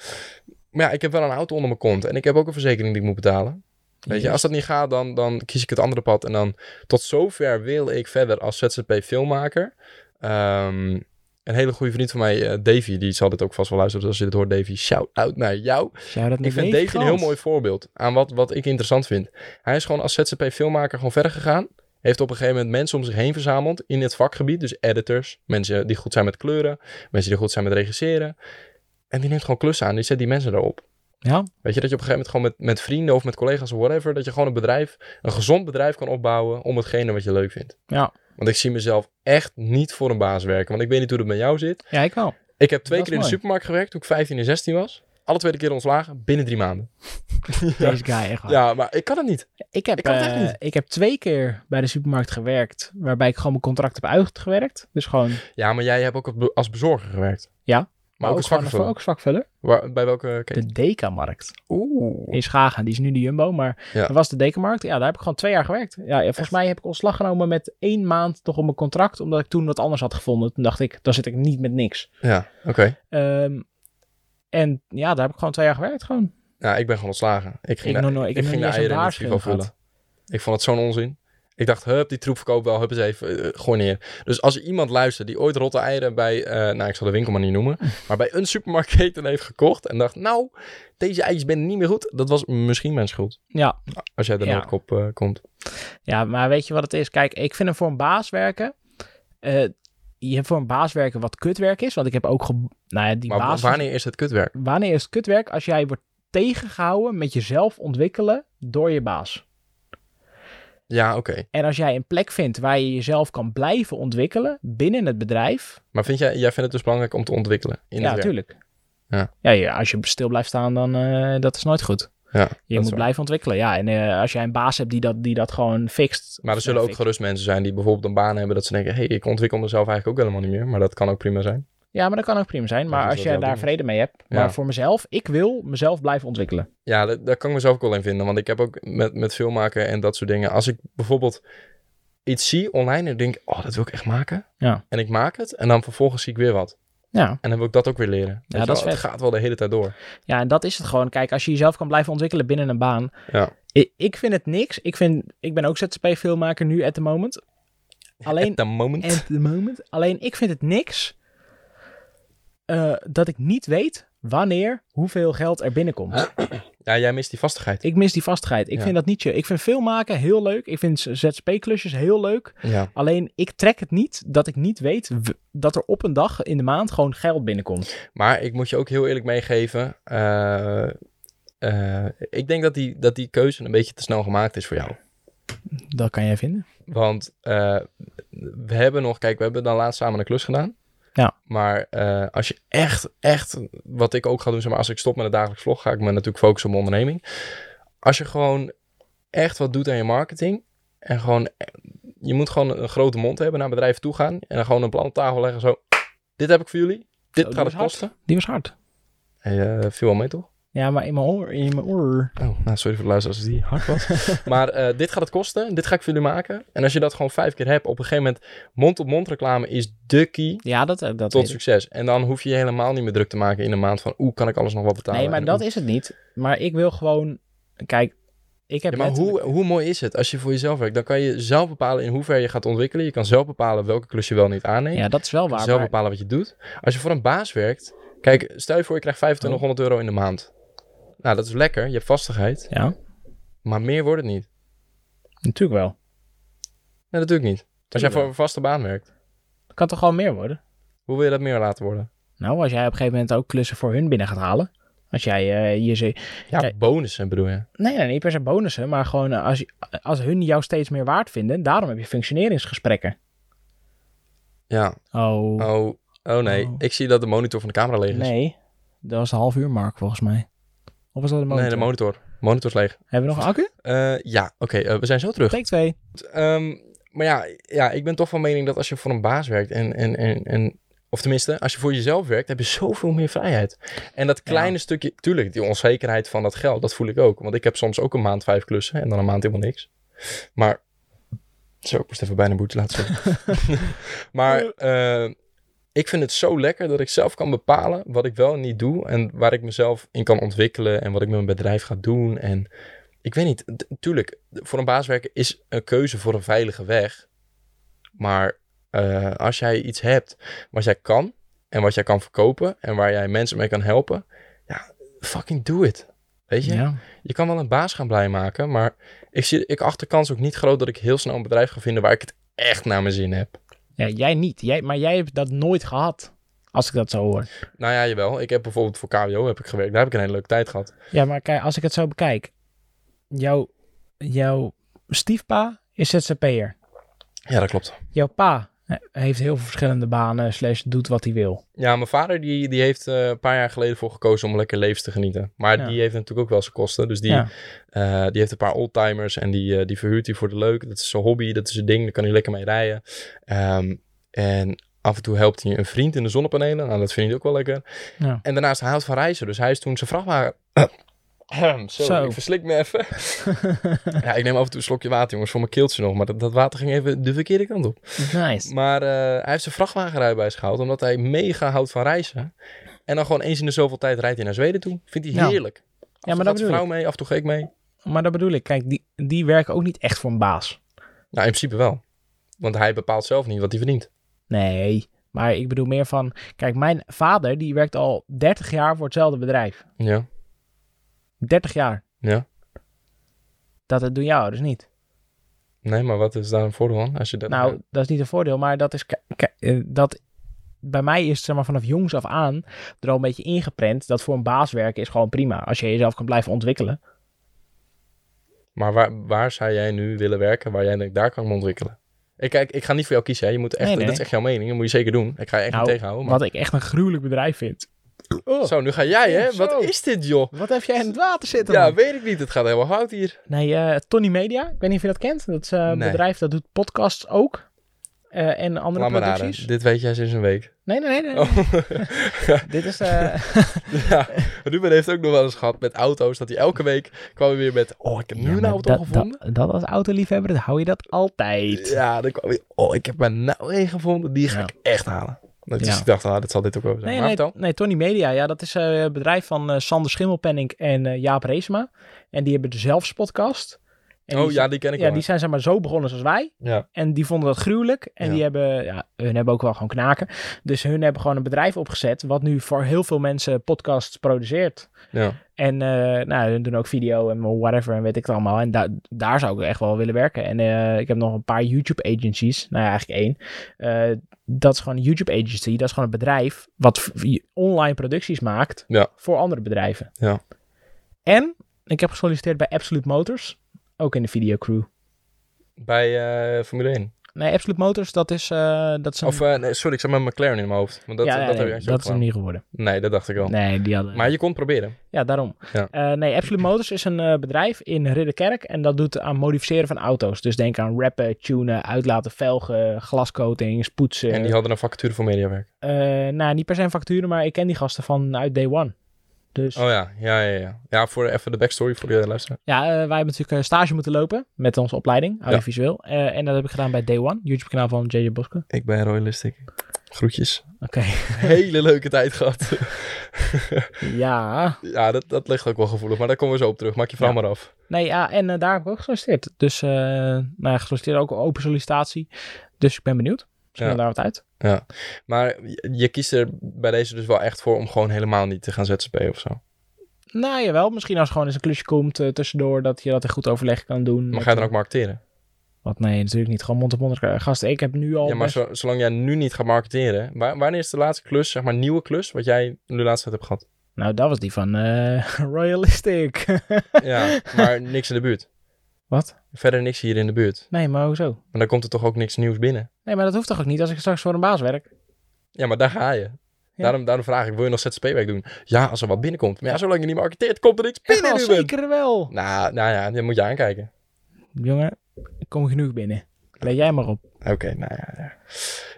Speaker 1: Maar ja, ik heb wel een auto onder mijn kont. En ik heb ook een verzekering die ik moet betalen. Weet je, als dat niet gaat, dan, dan kies ik het andere pad. En dan tot zover wil ik verder als ZZP-filmmaker. Ehm, een hele goede vriend van mij, eh, Davy, die zal dit ook vast wel luisteren. Dus als je dit hoort, Davy, shout-out naar jou.
Speaker 2: Zou dat
Speaker 1: Ik vind Davy een heel mooi voorbeeld aan wat, wat ik interessant vind. Hij is gewoon als ZZP-filmmaker gewoon verder gegaan. Heeft op een gegeven moment mensen om zich heen verzameld in het vakgebied. Dus editors, mensen die goed zijn met kleuren, mensen die goed zijn met regisseren. En die neemt gewoon klussen aan, die zet die mensen erop.
Speaker 2: Ja,
Speaker 1: Weet je, dat je op een gegeven moment gewoon met, met vrienden of met collega's of whatever, dat je gewoon een bedrijf, een gezond bedrijf kan opbouwen om hetgene wat je leuk vindt.
Speaker 2: Ja.
Speaker 1: Want ik zie mezelf echt niet voor een baas werken, want ik weet niet hoe dat met jou zit.
Speaker 2: ja ik wel.
Speaker 1: Ik heb twee
Speaker 2: Dat is
Speaker 1: keer in de
Speaker 2: mooi.
Speaker 1: supermarkt gewerkt toen ik 15 en 16 was. Alle tweede keer ontslagen, binnen drie maanden.
Speaker 2: Deze guy, echt waar.
Speaker 1: Ja, maar ik kan het niet.
Speaker 2: Ik heb,
Speaker 1: Ik kan het echt
Speaker 2: eh,
Speaker 1: niet.
Speaker 2: ik heb twee keer bij de supermarkt gewerkt, waarbij ik gewoon mijn contract heb uitgewerkt. Dus gewoon, maar,
Speaker 1: Ja, maar jij hebt ook als be- als bezorger gewerkt.
Speaker 2: Ja,
Speaker 1: Maar, ook als
Speaker 2: gewoon
Speaker 1: vakkenvuller.
Speaker 2: ook als vakvuller.
Speaker 1: Waar- Bij welke keten?
Speaker 2: De Dekamarkt
Speaker 1: Oeh.
Speaker 2: in Schagen, die is nu de Jumbo, maar
Speaker 1: Ja.
Speaker 2: dat was de Dekamarkt. Ja, daar heb ik gewoon twee jaar gewerkt. Ja, ja, volgens mij heb ik ontslag genomen met één maand toch op mijn contract, omdat ik toen wat anders had gevonden. Toen dacht ik, dan zit ik niet met niks.
Speaker 1: Ja, oké.
Speaker 2: Ehm, en ja, daar heb ik gewoon twee jaar gewerkt gewoon.
Speaker 1: Ja, ik ben gewoon ontslagen. Ik ging,
Speaker 2: Ik
Speaker 1: de,
Speaker 2: nog nooit- ik
Speaker 1: ik
Speaker 2: heb nog
Speaker 1: ging de
Speaker 2: niet eens een
Speaker 1: eieren in het frigo
Speaker 2: waarschuwing
Speaker 1: vullen. Ik vond het zo'n onzin. Ik dacht, hup, die troep verkoop wel, hup eens even, eh, gooi neer. Dus als er iemand luistert die ooit rotte eieren bij, eh, nou ik zal de winkel maar niet noemen, maar bij een supermarktketen heeft gekocht en dacht, nou, deze eitjes ben niet meer goed, dat was misschien mijn schuld.
Speaker 2: Ja,
Speaker 1: Als jij er
Speaker 2: Ja.
Speaker 1: nooit op eh, komt.
Speaker 2: Ja, maar weet je wat het is? Kijk, ik vind hem voor een baas werken. eh, je hebt voor een baas werken wat kutwerk is. Want ik heb ook. Ge... Nou ja, die
Speaker 1: Maar
Speaker 2: baas.
Speaker 1: wanneer is het kutwerk?
Speaker 2: wanneer is het kutwerk? Als jij wordt tegengehouden met jezelf ontwikkelen door je baas.
Speaker 1: Ja, oké.
Speaker 2: En als jij een plek vindt waar je jezelf kan blijven ontwikkelen binnen het bedrijf.
Speaker 1: Maar vind jij, jij vindt het dus belangrijk om te ontwikkelen in
Speaker 2: ja,
Speaker 1: het werk?
Speaker 2: natuurlijk.
Speaker 1: Ja.
Speaker 2: Ja, ja, als je stil blijft staan, dan eh, dat is nooit goed.
Speaker 1: Ja,
Speaker 2: Je
Speaker 1: dat is
Speaker 2: moet
Speaker 1: waar.
Speaker 2: blijven ontwikkelen. Ja, en eh, als jij een baas hebt die dat, die dat gewoon fixt.
Speaker 1: Maar er
Speaker 2: of,
Speaker 1: zullen
Speaker 2: eh,
Speaker 1: ook gerust mensen zijn die bijvoorbeeld een baan hebben dat ze denken, hé, hey, ik ontwikkel mezelf eigenlijk ook helemaal niet meer. Maar dat kan ook prima zijn.
Speaker 2: Ja, maar dat kan ook prima zijn. Maar
Speaker 1: is
Speaker 2: als
Speaker 1: wat
Speaker 2: jij
Speaker 1: jouw
Speaker 2: daar
Speaker 1: ding is.
Speaker 2: vrede mee hebt.
Speaker 1: Ja.
Speaker 2: Maar voor mezelf, ik wil mezelf blijven ontwikkelen.
Speaker 1: Ja, dat, daar kan ik mezelf ook wel in vinden. Want ik heb ook met, met filmmaken en dat soort dingen. Als ik bijvoorbeeld iets zie online en denk, oh, dat wil ik echt maken.
Speaker 2: Ja.
Speaker 1: En ik maak het en dan vervolgens zie ik weer wat.
Speaker 2: Ja.
Speaker 1: En dan wil ik dat ook weer leren. Weet je wel,
Speaker 2: dat is
Speaker 1: het
Speaker 2: vet.
Speaker 1: gaat wel de hele tijd door.
Speaker 2: ja, en dat is het gewoon. Kijk, als je jezelf kan blijven ontwikkelen binnen een baan.
Speaker 1: Ja.
Speaker 2: I- Ik vind het niks. Ik, vind, ik ben ook ZZP-filmmaker nu, at the moment. Alleen,
Speaker 1: At the moment.
Speaker 2: at the moment. Alleen, ik vind het niks eh, dat ik niet weet wanneer hoeveel geld er binnenkomt.
Speaker 1: Ja, jij mist die vastigheid.
Speaker 2: Ik mis die vastigheid. Ik
Speaker 1: Ja.
Speaker 2: vind dat niet chill. Ik vind filmmaken heel leuk. Ik vind ZZP-klusjes heel leuk.
Speaker 1: Ja.
Speaker 2: Alleen ik trek het niet dat ik niet weet w- dat er op een dag in de maand gewoon geld binnenkomt.
Speaker 1: Maar ik moet je ook heel eerlijk meegeven. eh, eh, ik denk dat die, dat die keuze een beetje te snel gemaakt is voor jou.
Speaker 2: Dat kan jij vinden.
Speaker 1: Want eh, we hebben nog, kijk, we hebben dan laatst samen een klus gedaan.
Speaker 2: Ja.
Speaker 1: Maar eh, als je echt, echt, wat ik ook ga doen, zeg maar, als ik stop met het dagelijks vlog, ga ik me natuurlijk focussen op mijn onderneming. Als je gewoon echt wat doet aan je marketing en gewoon, eh, je moet gewoon een grote mond hebben, naar bedrijven toe gaan en dan gewoon een plan op tafel leggen, zo, dit heb ik voor jullie, dit
Speaker 2: Zo,
Speaker 1: gaat
Speaker 2: die was
Speaker 1: het
Speaker 2: hard.
Speaker 1: kosten.
Speaker 2: Die was hard.
Speaker 1: Hey, eh, viel wel mee, toch?
Speaker 2: Ja, maar in mijn oor. In mijn oor.
Speaker 1: Oh, nou, sorry voor de luisteraars als die hard was. maar eh, dit gaat het kosten. Dit ga ik voor jullie maken. En als je dat gewoon vijf keer hebt, op een gegeven moment... mond-op-mond reclame is de key
Speaker 2: Ja, dat, eh, dat
Speaker 1: tot succes. En dan hoef je je helemaal niet meer druk te maken in een maand van... oeh, kan ik alles nog wel betalen?
Speaker 2: Nee, maar
Speaker 1: En
Speaker 2: dat
Speaker 1: oeh.
Speaker 2: is het niet. Maar ik wil gewoon... Kijk, ik heb
Speaker 1: Ja, maar hoe,
Speaker 2: letterlijk-
Speaker 1: hoe mooi is het als je voor jezelf werkt? Dan kan je zelf bepalen in hoever je gaat ontwikkelen. Je kan zelf bepalen welke klus je wel en niet aanneemt.
Speaker 2: Ja, dat is wel waar.
Speaker 1: zelf
Speaker 2: maar-
Speaker 1: bepalen wat je doet. Als je voor een baas werkt... Kijk, stel je voor je krijgt 2500 euro in de maand. Nou, dat is lekker. Je hebt vastigheid.
Speaker 2: Ja,
Speaker 1: Maar meer wordt het niet.
Speaker 2: natuurlijk wel.
Speaker 1: Nee, natuurlijk niet. Als jij
Speaker 2: Tuurlijk.
Speaker 1: voor een vaste baan werkt.
Speaker 2: Het kan toch gewoon meer worden?
Speaker 1: Hoe wil je dat meer laten worden?
Speaker 2: Nou, als jij op een gegeven moment ook klussen voor hun binnen gaat halen. Als jij eh, je ze...
Speaker 1: Ja,
Speaker 2: Kijk-
Speaker 1: bonussen bedoel je.
Speaker 2: Nee, nee, niet per se bonussen, maar gewoon eh, als, je- als hun jou steeds meer waard vinden, daarom heb je functioneringsgesprekken.
Speaker 1: Ja.
Speaker 2: Oh,
Speaker 1: Oh, oh nee.
Speaker 2: Oh.
Speaker 1: Ik zie dat de monitor van de camera leeg is. Nee,
Speaker 2: nee. Dat was een half uur, Mark, volgens mij. Of was dat een monitor?
Speaker 1: de monitor. Monitor is leeg.
Speaker 2: Hebben we nog een accu?
Speaker 1: Eh, ja, oké. eh, we zijn zo terug.
Speaker 2: Take 2.
Speaker 1: Ehm, maar ja, ja, ik ben toch van mening dat als je voor een baas werkt en... en, en, en of tenminste, als je voor jezelf werkt, heb je zoveel meer vrijheid. En dat kleine stukje, tuurlijk, die onzekerheid van dat geld, dat voel ik ook. Want ik heb soms ook een maand vijf klussen en dan een maand helemaal niks. Maar, zo, ik moest even bijna een boete laten zien. Maar eh, ik vind het zo lekker dat ik zelf kan bepalen wat ik wel en niet doe. En waar ik mezelf in kan ontwikkelen. En wat ik met mijn bedrijf ga doen. En ik weet niet, t- tuurlijk, voor een baas werken is een keuze voor een veilige weg. Maar eh, als jij iets hebt wat jij kan. En wat jij kan verkopen. En waar jij mensen mee kan helpen. Ja, fucking do it. Weet je?
Speaker 2: Ja.
Speaker 1: Je kan wel een baas gaan blij maken. Maar ik, zie, ik acht de kans ook niet groot dat ik heel snel een bedrijf ga vinden waar ik het echt naar mijn zin heb.
Speaker 2: ja, jij niet. Jij, maar jij hebt dat nooit gehad, als ik dat zo hoor.
Speaker 1: Nou ja, jawel. Ik heb bijvoorbeeld voor KWO heb ik gewerkt. Daar heb ik een hele leuke tijd gehad.
Speaker 2: Ja, maar kijk, als ik het zo bekijk. Jouw, jouw stiefpa is ZZP'er.
Speaker 1: Ja, dat klopt.
Speaker 2: Jouw pa eh, heeft heel veel verschillende banen, slash doet wat hij wil.
Speaker 1: Ja, mijn vader die, die heeft eh, een paar jaar geleden voor gekozen om lekker levens te genieten. Maar
Speaker 2: Ja.
Speaker 1: die heeft natuurlijk ook wel zijn kosten. Dus die,
Speaker 2: Ja.
Speaker 1: eh, die heeft een paar oldtimers en die, eh, die verhuurt hij voor de leuk. Dat is zijn hobby, dat is zijn ding. Daar kan hij lekker mee rijden. Ehm, en af en toe helpt hij een vriend in de zonnepanelen. Nou, dat vind ik ook wel lekker.
Speaker 2: Ja.
Speaker 1: En daarnaast, hij houdt van reizen. Dus hij is toen zijn vrachtwagen... Sorry,
Speaker 2: Zo.
Speaker 1: ik verslik me even. ja, ik neem af en toe een slokje water, jongens, voor mijn keeltje nog. Maar dat, dat water ging even de verkeerde kant op.
Speaker 2: Nice.
Speaker 1: Maar eh, hij heeft zijn vrachtwagenrijbewijs gehaald, omdat hij mega houdt van reizen. En dan gewoon eens in de zoveel tijd rijdt hij naar Zweden toe. Vindt hij
Speaker 2: Ja.
Speaker 1: heerlijk. Af en toe
Speaker 2: maar dat
Speaker 1: gaat zijn
Speaker 2: bedoel
Speaker 1: vrouw mee, af en toe ga ik mee. Nou,
Speaker 2: Maar dat bedoel ik, kijk, die, die werken ook niet echt voor een baas.
Speaker 1: Nou, in principe wel. Want hij bepaalt zelf niet wat hij verdient.
Speaker 2: Nee, maar ik bedoel meer van, kijk, mijn vader die werkt al 30 jaar voor hetzelfde bedrijf.
Speaker 1: Ja,
Speaker 2: 30 jaar.
Speaker 1: ja.
Speaker 2: Dat dat doen jouw ouders niet.
Speaker 1: Nee, maar wat is daar een voordeel aan? Als je dat
Speaker 2: Nou, dat is niet een voordeel, maar dat is. ki- ki- eh, dat, bij mij is het zeg maar, vanaf jongs af aan er al een beetje ingeprent dat voor een baas werken is gewoon prima. Als je jezelf kan blijven ontwikkelen.
Speaker 1: Maar waar, waar zou jij nu willen werken waar jij denkt, daar kan ik me ontwikkelen? Ik, kijk, ik ga niet voor jou kiezen. Hè. Je moet echt,
Speaker 2: Nee, nee.
Speaker 1: Dat is echt jouw mening. Dat moet je zeker doen. Ik ga je echt
Speaker 2: Nou,
Speaker 1: niet tegenhouden. Maar...
Speaker 2: Wat ik echt een gruwelijk bedrijf vind. Oh,
Speaker 1: Zo, nu ga jij, hè?
Speaker 2: Zo.
Speaker 1: Wat is dit, joh?
Speaker 2: Wat heb jij in het water zitten?
Speaker 1: Ja,
Speaker 2: man?
Speaker 1: weet ik niet. Het gaat helemaal hard hier.
Speaker 2: Nee, eh, Tony Media. Ik weet niet of je dat kent. Dat is eh, een
Speaker 1: Nee.
Speaker 2: bedrijf dat doet podcasts ook. Eh, en andere
Speaker 1: Laat me raden.
Speaker 2: producties.
Speaker 1: Dit weet jij sinds een week.
Speaker 2: Nee, nee, nee. nee.
Speaker 1: Oh.
Speaker 2: Dit is. eh,
Speaker 1: Ja, Ruben heeft ook nog wel eens gehad met auto's. Dat hij elke week kwam hij weer met... Oh, ik heb nu
Speaker 2: Ja,
Speaker 1: een
Speaker 2: maar
Speaker 1: auto
Speaker 2: dat-
Speaker 1: gevonden.
Speaker 2: Dat, dat als autoliefhebber, dat hou je dat altijd.
Speaker 1: Ja, dan kwam hij... Oh, ik heb er nou één gevonden. Die ga
Speaker 2: Ja.
Speaker 1: ik echt halen. Dus
Speaker 2: Ja.
Speaker 1: ik dacht, ah, dat zal dit ook wel zijn.
Speaker 2: Nee,
Speaker 1: maar
Speaker 2: nee,
Speaker 1: vertel.
Speaker 2: nee, Tony Media. Ja, dat is eh, het bedrijf van eh, Sander Schimmelpenning en eh, Jaap Reesma. En die hebben de zelfspodcast. En
Speaker 1: oh
Speaker 2: die,
Speaker 1: ja, die ken ik
Speaker 2: ja,
Speaker 1: wel.
Speaker 2: die zijn zeg maar zo begonnen zoals wij.
Speaker 1: Ja.
Speaker 2: En die vonden dat gruwelijk. En
Speaker 1: Ja.
Speaker 2: die hebben, ja, hun hebben ook wel gewoon knaken. Dus hun hebben gewoon een bedrijf opgezet. Wat nu voor heel veel mensen podcasts produceert.
Speaker 1: Ja.
Speaker 2: En eh nou, hun doen ook video en whatever en weet ik het allemaal. En da daar zou ik echt wel willen werken. En eh, ik heb nog een paar YouTube agencies. Nou ja, eigenlijk één. Eh, dat is gewoon een YouTube agency. Dat is gewoon een bedrijf wat v- v- online producties maakt
Speaker 1: Ja.
Speaker 2: voor andere bedrijven.
Speaker 1: Ja.
Speaker 2: En ik heb gesolliciteerd bij Absolute Motors. Ook in de videocrew.
Speaker 1: Bij eh, Formule 1.
Speaker 2: Nee, Absolute Motors, dat is... eh, dat is een-
Speaker 1: Of, eh, nee, sorry, ik zat met McLaren in mijn hoofd. Want dat,
Speaker 2: ja,
Speaker 1: dat
Speaker 2: ja,
Speaker 1: heb
Speaker 2: nee,
Speaker 1: je eigenlijk
Speaker 2: dat
Speaker 1: ook
Speaker 2: is hem
Speaker 1: gedaan.
Speaker 2: niet geworden.
Speaker 1: Nee, dat dacht ik al.
Speaker 2: Nee, die hadden...
Speaker 1: Maar je kon het proberen.
Speaker 2: Ja, daarom.
Speaker 1: Ja.
Speaker 2: Eh, nee, Absolute Motors is een eh, bedrijf in Ridderkerk. En dat doet aan modificeren van auto's. Dus denk aan rappen, tunen, uitlaten, velgen, glascoatings, poetsen.
Speaker 1: En die hadden een vacature voor mediawerk.
Speaker 2: Eh, nou, niet per se een facturen, maar ik ken die gasten van uit Day One. Dus
Speaker 1: Oh ja, ja, ja, ja. Ja, voor even de backstory voor de luisteraar.
Speaker 2: ja, eh, wij hebben natuurlijk eh, stage moeten lopen met onze opleiding, audiovisueel. Eh, en dat heb ik gedaan bij Day One, YouTube kanaal van JJ Boske.
Speaker 1: Ik ben Royalistic. Groetjes.
Speaker 2: Oké,
Speaker 1: Hele leuke tijd gehad.
Speaker 2: ja.
Speaker 1: ja, dat, dat ligt ook wel gevoelig, maar daar komen we zo op terug. Maak je verhaal maar af.
Speaker 2: Nee, ja, en eh, daar heb ik ook gesolliciteerd. Dus, eh nou ja, gesolliciteerd ook open sollicitatie. Dus ik ben benieuwd. Misschien
Speaker 1: Ja.
Speaker 2: daar wat uit.
Speaker 1: Maar je, je kiest er bij deze dus wel echt voor om gewoon helemaal niet te gaan ZZP'en of zo.
Speaker 2: Nou, jawel. Misschien als er gewoon eens een klusje komt eh, tussendoor, dat je dat in goed overleg kan doen.
Speaker 1: Maar
Speaker 2: Met-
Speaker 1: ga je dan ook marketeren?
Speaker 2: Wat nee, natuurlijk niet. Gewoon mond-op-mond. eh, Gast, ik heb nu al...
Speaker 1: Ja, maar
Speaker 2: best-
Speaker 1: zo- zolang jij nu niet gaat marketeren, wa- wanneer is de laatste klus, zeg maar nieuwe klus, wat jij nu laatst hebt gehad?
Speaker 2: Nou, dat was die van eh, Royalistic.
Speaker 1: Ja, maar niks in de buurt.
Speaker 2: Wat?
Speaker 1: Verder niks hier in de buurt.
Speaker 2: Nee, maar hoezo?
Speaker 1: Maar dan komt er toch ook niks nieuws binnen.
Speaker 2: Nee, maar dat hoeft toch ook niet als ik straks voor een baas werk?
Speaker 1: Ja, maar daar ga je. Daarom, daarom vraag ik, wil je nog ZZP-werk doen? Ja, als er wat binnenkomt. Maar ja, zolang je niet marketeert, komt er niks binnen,
Speaker 2: Ja,
Speaker 1: Ruben.
Speaker 2: zeker wel.
Speaker 1: Nou, nou ja, dat moet je aankijken.
Speaker 2: Jongen, ik kom genoeg binnen. Let jij maar op.
Speaker 1: Oké, nou ja, ja.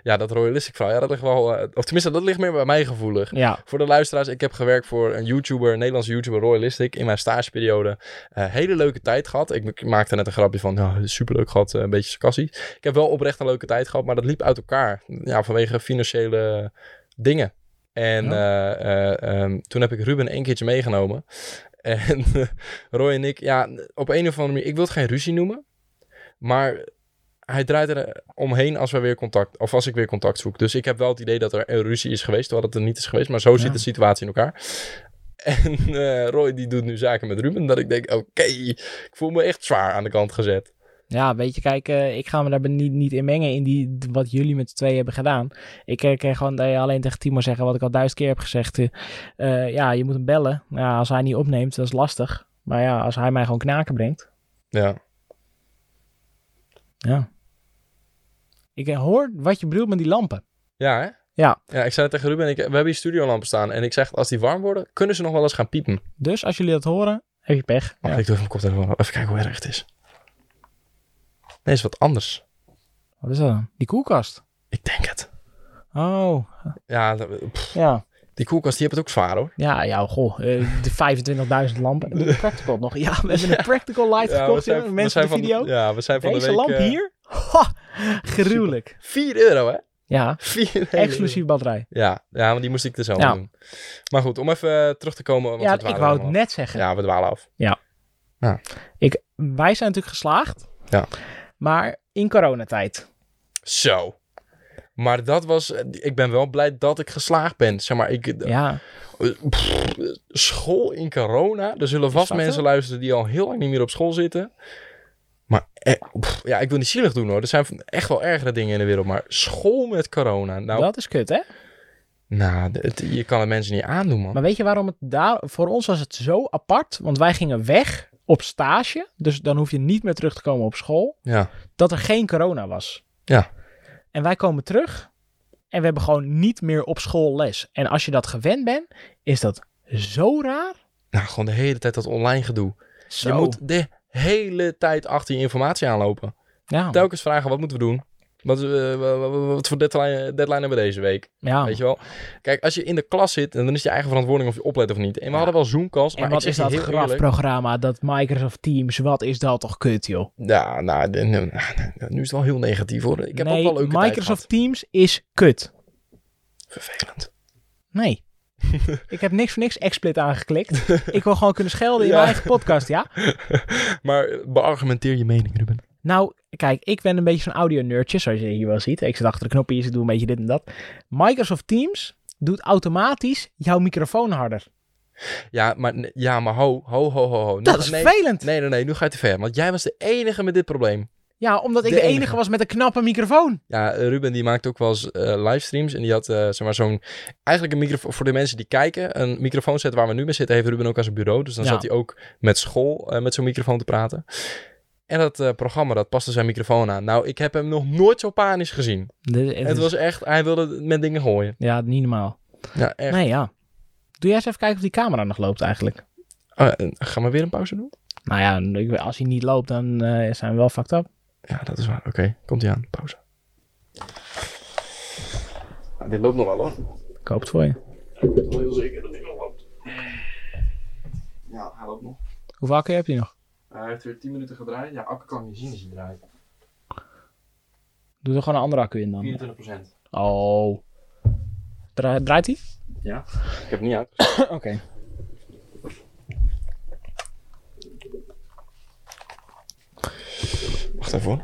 Speaker 1: Ja, dat royalistic verhaal, ja, dat ligt wel... eh, of tenminste, dat ligt meer bij mij gevoelig.
Speaker 2: Ja,
Speaker 1: Voor de luisteraars, ik heb gewerkt voor een YouTuber, een Nederlandse YouTuber, Royalistic, in mijn stageperiode. Eh, hele leuke tijd gehad. Ik ik maakte net een grapje van, nou, superleuk gehad, eh, een beetje sarcastisch. Ik heb wel oprecht een leuke tijd gehad, maar dat liep uit elkaar. Ja, vanwege financiële dingen. En eh, eh, ehm, toen heb ik Ruben één keertje meegenomen. En Roy en ik, ja, op een of andere manier, ik wil het geen ruzie noemen, maar hij draait er eh, omheen als, we weer contact, of als ik weer contact zoek. Dus ik heb wel het idee dat er een ruzie is geweest, terwijl het er niet is geweest, maar zo zit
Speaker 2: Ja.
Speaker 1: de situatie in elkaar. En eh, Roy die doet nu zaken met Ruben, dat ik denk, oké, ik voel me echt zwaar aan de kant gezet.
Speaker 2: ja weet je, kijk, eh, ik ga me daar niet, niet in mengen in die, wat jullie met z'n tweeën hebben gedaan. Ik eh, kan gewoon eh, alleen tegen Timo zeggen wat ik al duizend keer heb gezegd. Eh, eh, ja, je moet hem bellen. Nou Ja, als hij niet opneemt, dat is lastig. Maar ja, als hij mij gewoon knaken brengt.
Speaker 1: Ja,
Speaker 2: Ja. Ik eh, hoor wat je bedoelt met die lampen.
Speaker 1: ja hè?
Speaker 2: Ja.
Speaker 1: Ja, ik zei tegen Ruben, ik, we hebben hier studiolampen staan. En ik zeg, als die warm worden, kunnen ze nog wel eens gaan piepen.
Speaker 2: Dus als jullie dat horen, heb je pech.
Speaker 1: Oh,
Speaker 2: Ja.
Speaker 1: ik doe even mijn koptelefoon op. Even kijken hoe erg het is. Nee, is wat anders.
Speaker 2: Wat is dat dan? Die koelkast.
Speaker 1: Ik denk het.
Speaker 2: Oh,
Speaker 1: Ja, dat- pff,
Speaker 2: ja.
Speaker 1: die koelkast, die hebben het ook zwaar hoor.
Speaker 2: Ja, ja, goh. eh, de 25.000 lampen. En de practical nog. Ja, we hebben een practical light
Speaker 1: Ja,
Speaker 2: gekocht. jongen. mensen
Speaker 1: zijn
Speaker 2: op de
Speaker 1: van-
Speaker 2: video.
Speaker 1: ja, we zijn van
Speaker 2: Deze
Speaker 1: de week... eh,
Speaker 2: lamp hier. Ha, gruwelijk.
Speaker 1: 4 euro hè?
Speaker 2: Ja,
Speaker 1: 4 euro.
Speaker 2: exclusief batterij.
Speaker 1: Ja, ja, maar die moest ik er zelf
Speaker 2: Ja.
Speaker 1: doen. Maar goed, om even eh, terug te komen. Want
Speaker 2: Ja,
Speaker 1: we
Speaker 2: ik
Speaker 1: dwalen
Speaker 2: wou het
Speaker 1: helemaal
Speaker 2: net
Speaker 1: af.
Speaker 2: zeggen.
Speaker 1: Ja, we dwalen af.
Speaker 2: Ik, wij zijn natuurlijk geslaagd.
Speaker 1: Ja.
Speaker 2: Maar in coronatijd.
Speaker 1: Zo. Maar dat was... eh, Ik ben wel blij dat ik geslaagd ben. Zeg maar, ik, eh,
Speaker 2: Ja,
Speaker 1: Pff, school in corona. Er zullen vast
Speaker 2: dat
Speaker 1: mensen
Speaker 2: zo?
Speaker 1: luisteren die al heel lang niet meer op school zitten. Maar eh, pff, ja, ik wil niet zielig doen hoor. Er zijn echt wel ergere dingen in de wereld. Maar school met corona. Nou,
Speaker 2: dat is kut, hè?
Speaker 1: nou d- het- je kan het mensen niet aandoen, man.
Speaker 2: Maar weet je waarom het daar... Voor ons was het zo apart. Want wij gingen weg op stage. Dus dan hoef je niet meer terug te komen op school.
Speaker 1: Ja,
Speaker 2: dat er geen corona was.
Speaker 1: Ja.
Speaker 2: En wij komen terug en we hebben gewoon niet meer op school les. En als je dat gewend bent, is dat zo raar.
Speaker 1: nou, gewoon de hele tijd dat online gedoe.
Speaker 2: Zo.
Speaker 1: Je moet de hele tijd achter je informatie aanlopen.
Speaker 2: Oh. ja,
Speaker 1: Telkens vragen, wat moeten we doen? Wat, eh, wa- wa- wa- wat voor deadline, deadline hebben we deze week?
Speaker 2: ja.
Speaker 1: Weet je wel? Kijk, als je in de klas zit, dan is het je eigen verantwoording of je oplet of niet. En we
Speaker 2: Ja.
Speaker 1: hadden wel Zoom-calls, maar
Speaker 2: en wat
Speaker 1: ik zeg
Speaker 2: is dat
Speaker 1: je heel eerlijk-
Speaker 2: grafprogramma, dat Microsoft Teams, wat is dat toch kut, joh?
Speaker 1: Ja, nou, de- nou, nou, nu is het wel heel negatief hoor. Ik heb
Speaker 2: nee,
Speaker 1: ook wel leuke
Speaker 2: Microsoft
Speaker 1: tijd
Speaker 2: Teams is kut.
Speaker 1: gehad. Vervelend.
Speaker 2: Nee. ik heb niks voor niks XSplit aangeklikt. ik wil gewoon kunnen schelden in
Speaker 1: Ja.
Speaker 2: mijn eigen podcast, ja?
Speaker 1: Maar beargumenteer je mening, Ruben.
Speaker 2: Nou, kijk, ik ben een beetje zo'n audio-nerdje, zoals je hier wel ziet. Ik zit achter de knopjes, ik doe een beetje dit en dat. Microsoft Teams doet automatisch jouw microfoon harder.
Speaker 1: Ja, maar, nee, ja, maar ho, ho, ho, ho. ho. Nu-
Speaker 2: Dat is
Speaker 1: nee,
Speaker 2: vervelend.
Speaker 1: nee, nee, nee, nu ga je te ver. Want jij was de enige met dit probleem.
Speaker 2: Ja, omdat ik
Speaker 1: De
Speaker 2: de, enige.
Speaker 1: enige.
Speaker 2: was met een knappe microfoon.
Speaker 1: Ja, eh, Ruben die maakt ook wel eens eh, livestreams. En die had eh, zeg maar zo'n... Eigenlijk een microfoon... Voor de mensen die kijken, een microfoonset waar we nu mee zitten... heeft Ruben ook aan zijn bureau. Dus dan
Speaker 2: Ja.
Speaker 1: zat hij ook met school eh, met zo'n microfoon te praten. En dat eh, programma, dat paste zijn microfoon aan. Nou, ik heb hem nog nooit zo panisch gezien. het
Speaker 2: dus-
Speaker 1: was echt... Hij wilde met dingen gooien.
Speaker 2: Ja, niet normaal.
Speaker 1: Ja, echt.
Speaker 2: Nee, ja. Doe jij eens even kijken of die camera nog loopt eigenlijk.
Speaker 1: Oh, eh, gaan we weer een pauze doen?
Speaker 2: Nou ja, ik weet- als hij niet loopt, dan eh, zijn we wel fucked up.
Speaker 1: Ja, dat is waar. Oké, komt hij aan. Pauze. dit loopt nog wel hoor.
Speaker 2: Ik hoop het voor je.
Speaker 1: Heel zeker dat dit nog loopt. Ja, hij loopt nog.
Speaker 2: Hoeveel akker heb je nog?
Speaker 1: Hij heeft weer 10 minuten gedraaid. Ja, akker kan je zien als hij draait.
Speaker 2: Doe er gewoon een andere accu in dan.
Speaker 1: 24 procent.
Speaker 2: Oh. Dra- draait hij?
Speaker 1: Ja. Ik heb het niet uit.
Speaker 2: Oké.
Speaker 1: Wacht even hoor.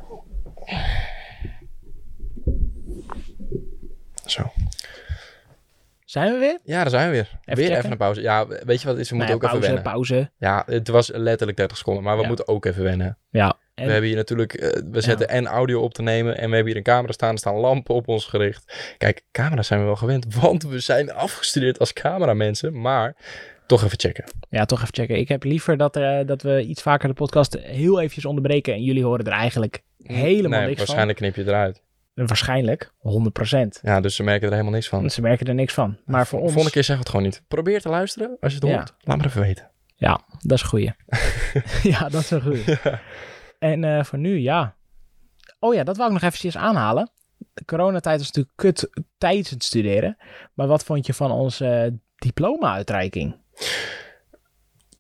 Speaker 1: Zo.
Speaker 2: Zijn we weer?
Speaker 1: Ja, daar zijn we weer. weer
Speaker 2: checken.
Speaker 1: even een pauze. Ja, weet je wat het is? We moeten
Speaker 2: Nou ja,
Speaker 1: ook
Speaker 2: pauze,
Speaker 1: even wennen.
Speaker 2: pauze.
Speaker 1: Ja, het was letterlijk 30 seconden, maar we
Speaker 2: Ja.
Speaker 1: moeten ook even wennen.
Speaker 2: Ja. En-
Speaker 1: We hebben hier natuurlijk, eh, we zetten en audio op te nemen en we hebben hier een camera staan, er staan lampen op ons gericht. Kijk, camera's zijn we wel gewend, want we zijn afgestudeerd als cameramensen, maar toch even checken.
Speaker 2: Ja, toch even checken. Ik heb liever dat, eh, dat we iets vaker de podcast heel eventjes onderbreken. En jullie horen er eigenlijk helemaal
Speaker 1: Mm, nee,
Speaker 2: niks
Speaker 1: waarschijnlijk knip je eruit.
Speaker 2: van. Eh, Waarschijnlijk. 100%.
Speaker 1: Ja, dus ze merken er helemaal niks van.
Speaker 2: Want ze merken er niks van. Maar voor ons,
Speaker 1: Volgende keer zeggen we het gewoon niet. Probeer te luisteren als je het
Speaker 2: Ja.
Speaker 1: hoort. Laat maar even weten.
Speaker 2: dat is een goeie. ja, dat is een goeie. En eh, voor nu, ja. Oh ja, dat wou ik nog eventjes aanhalen. De coronatijd was natuurlijk kut tijdens het studeren. Maar wat vond je van onze eh, diploma-uitreiking?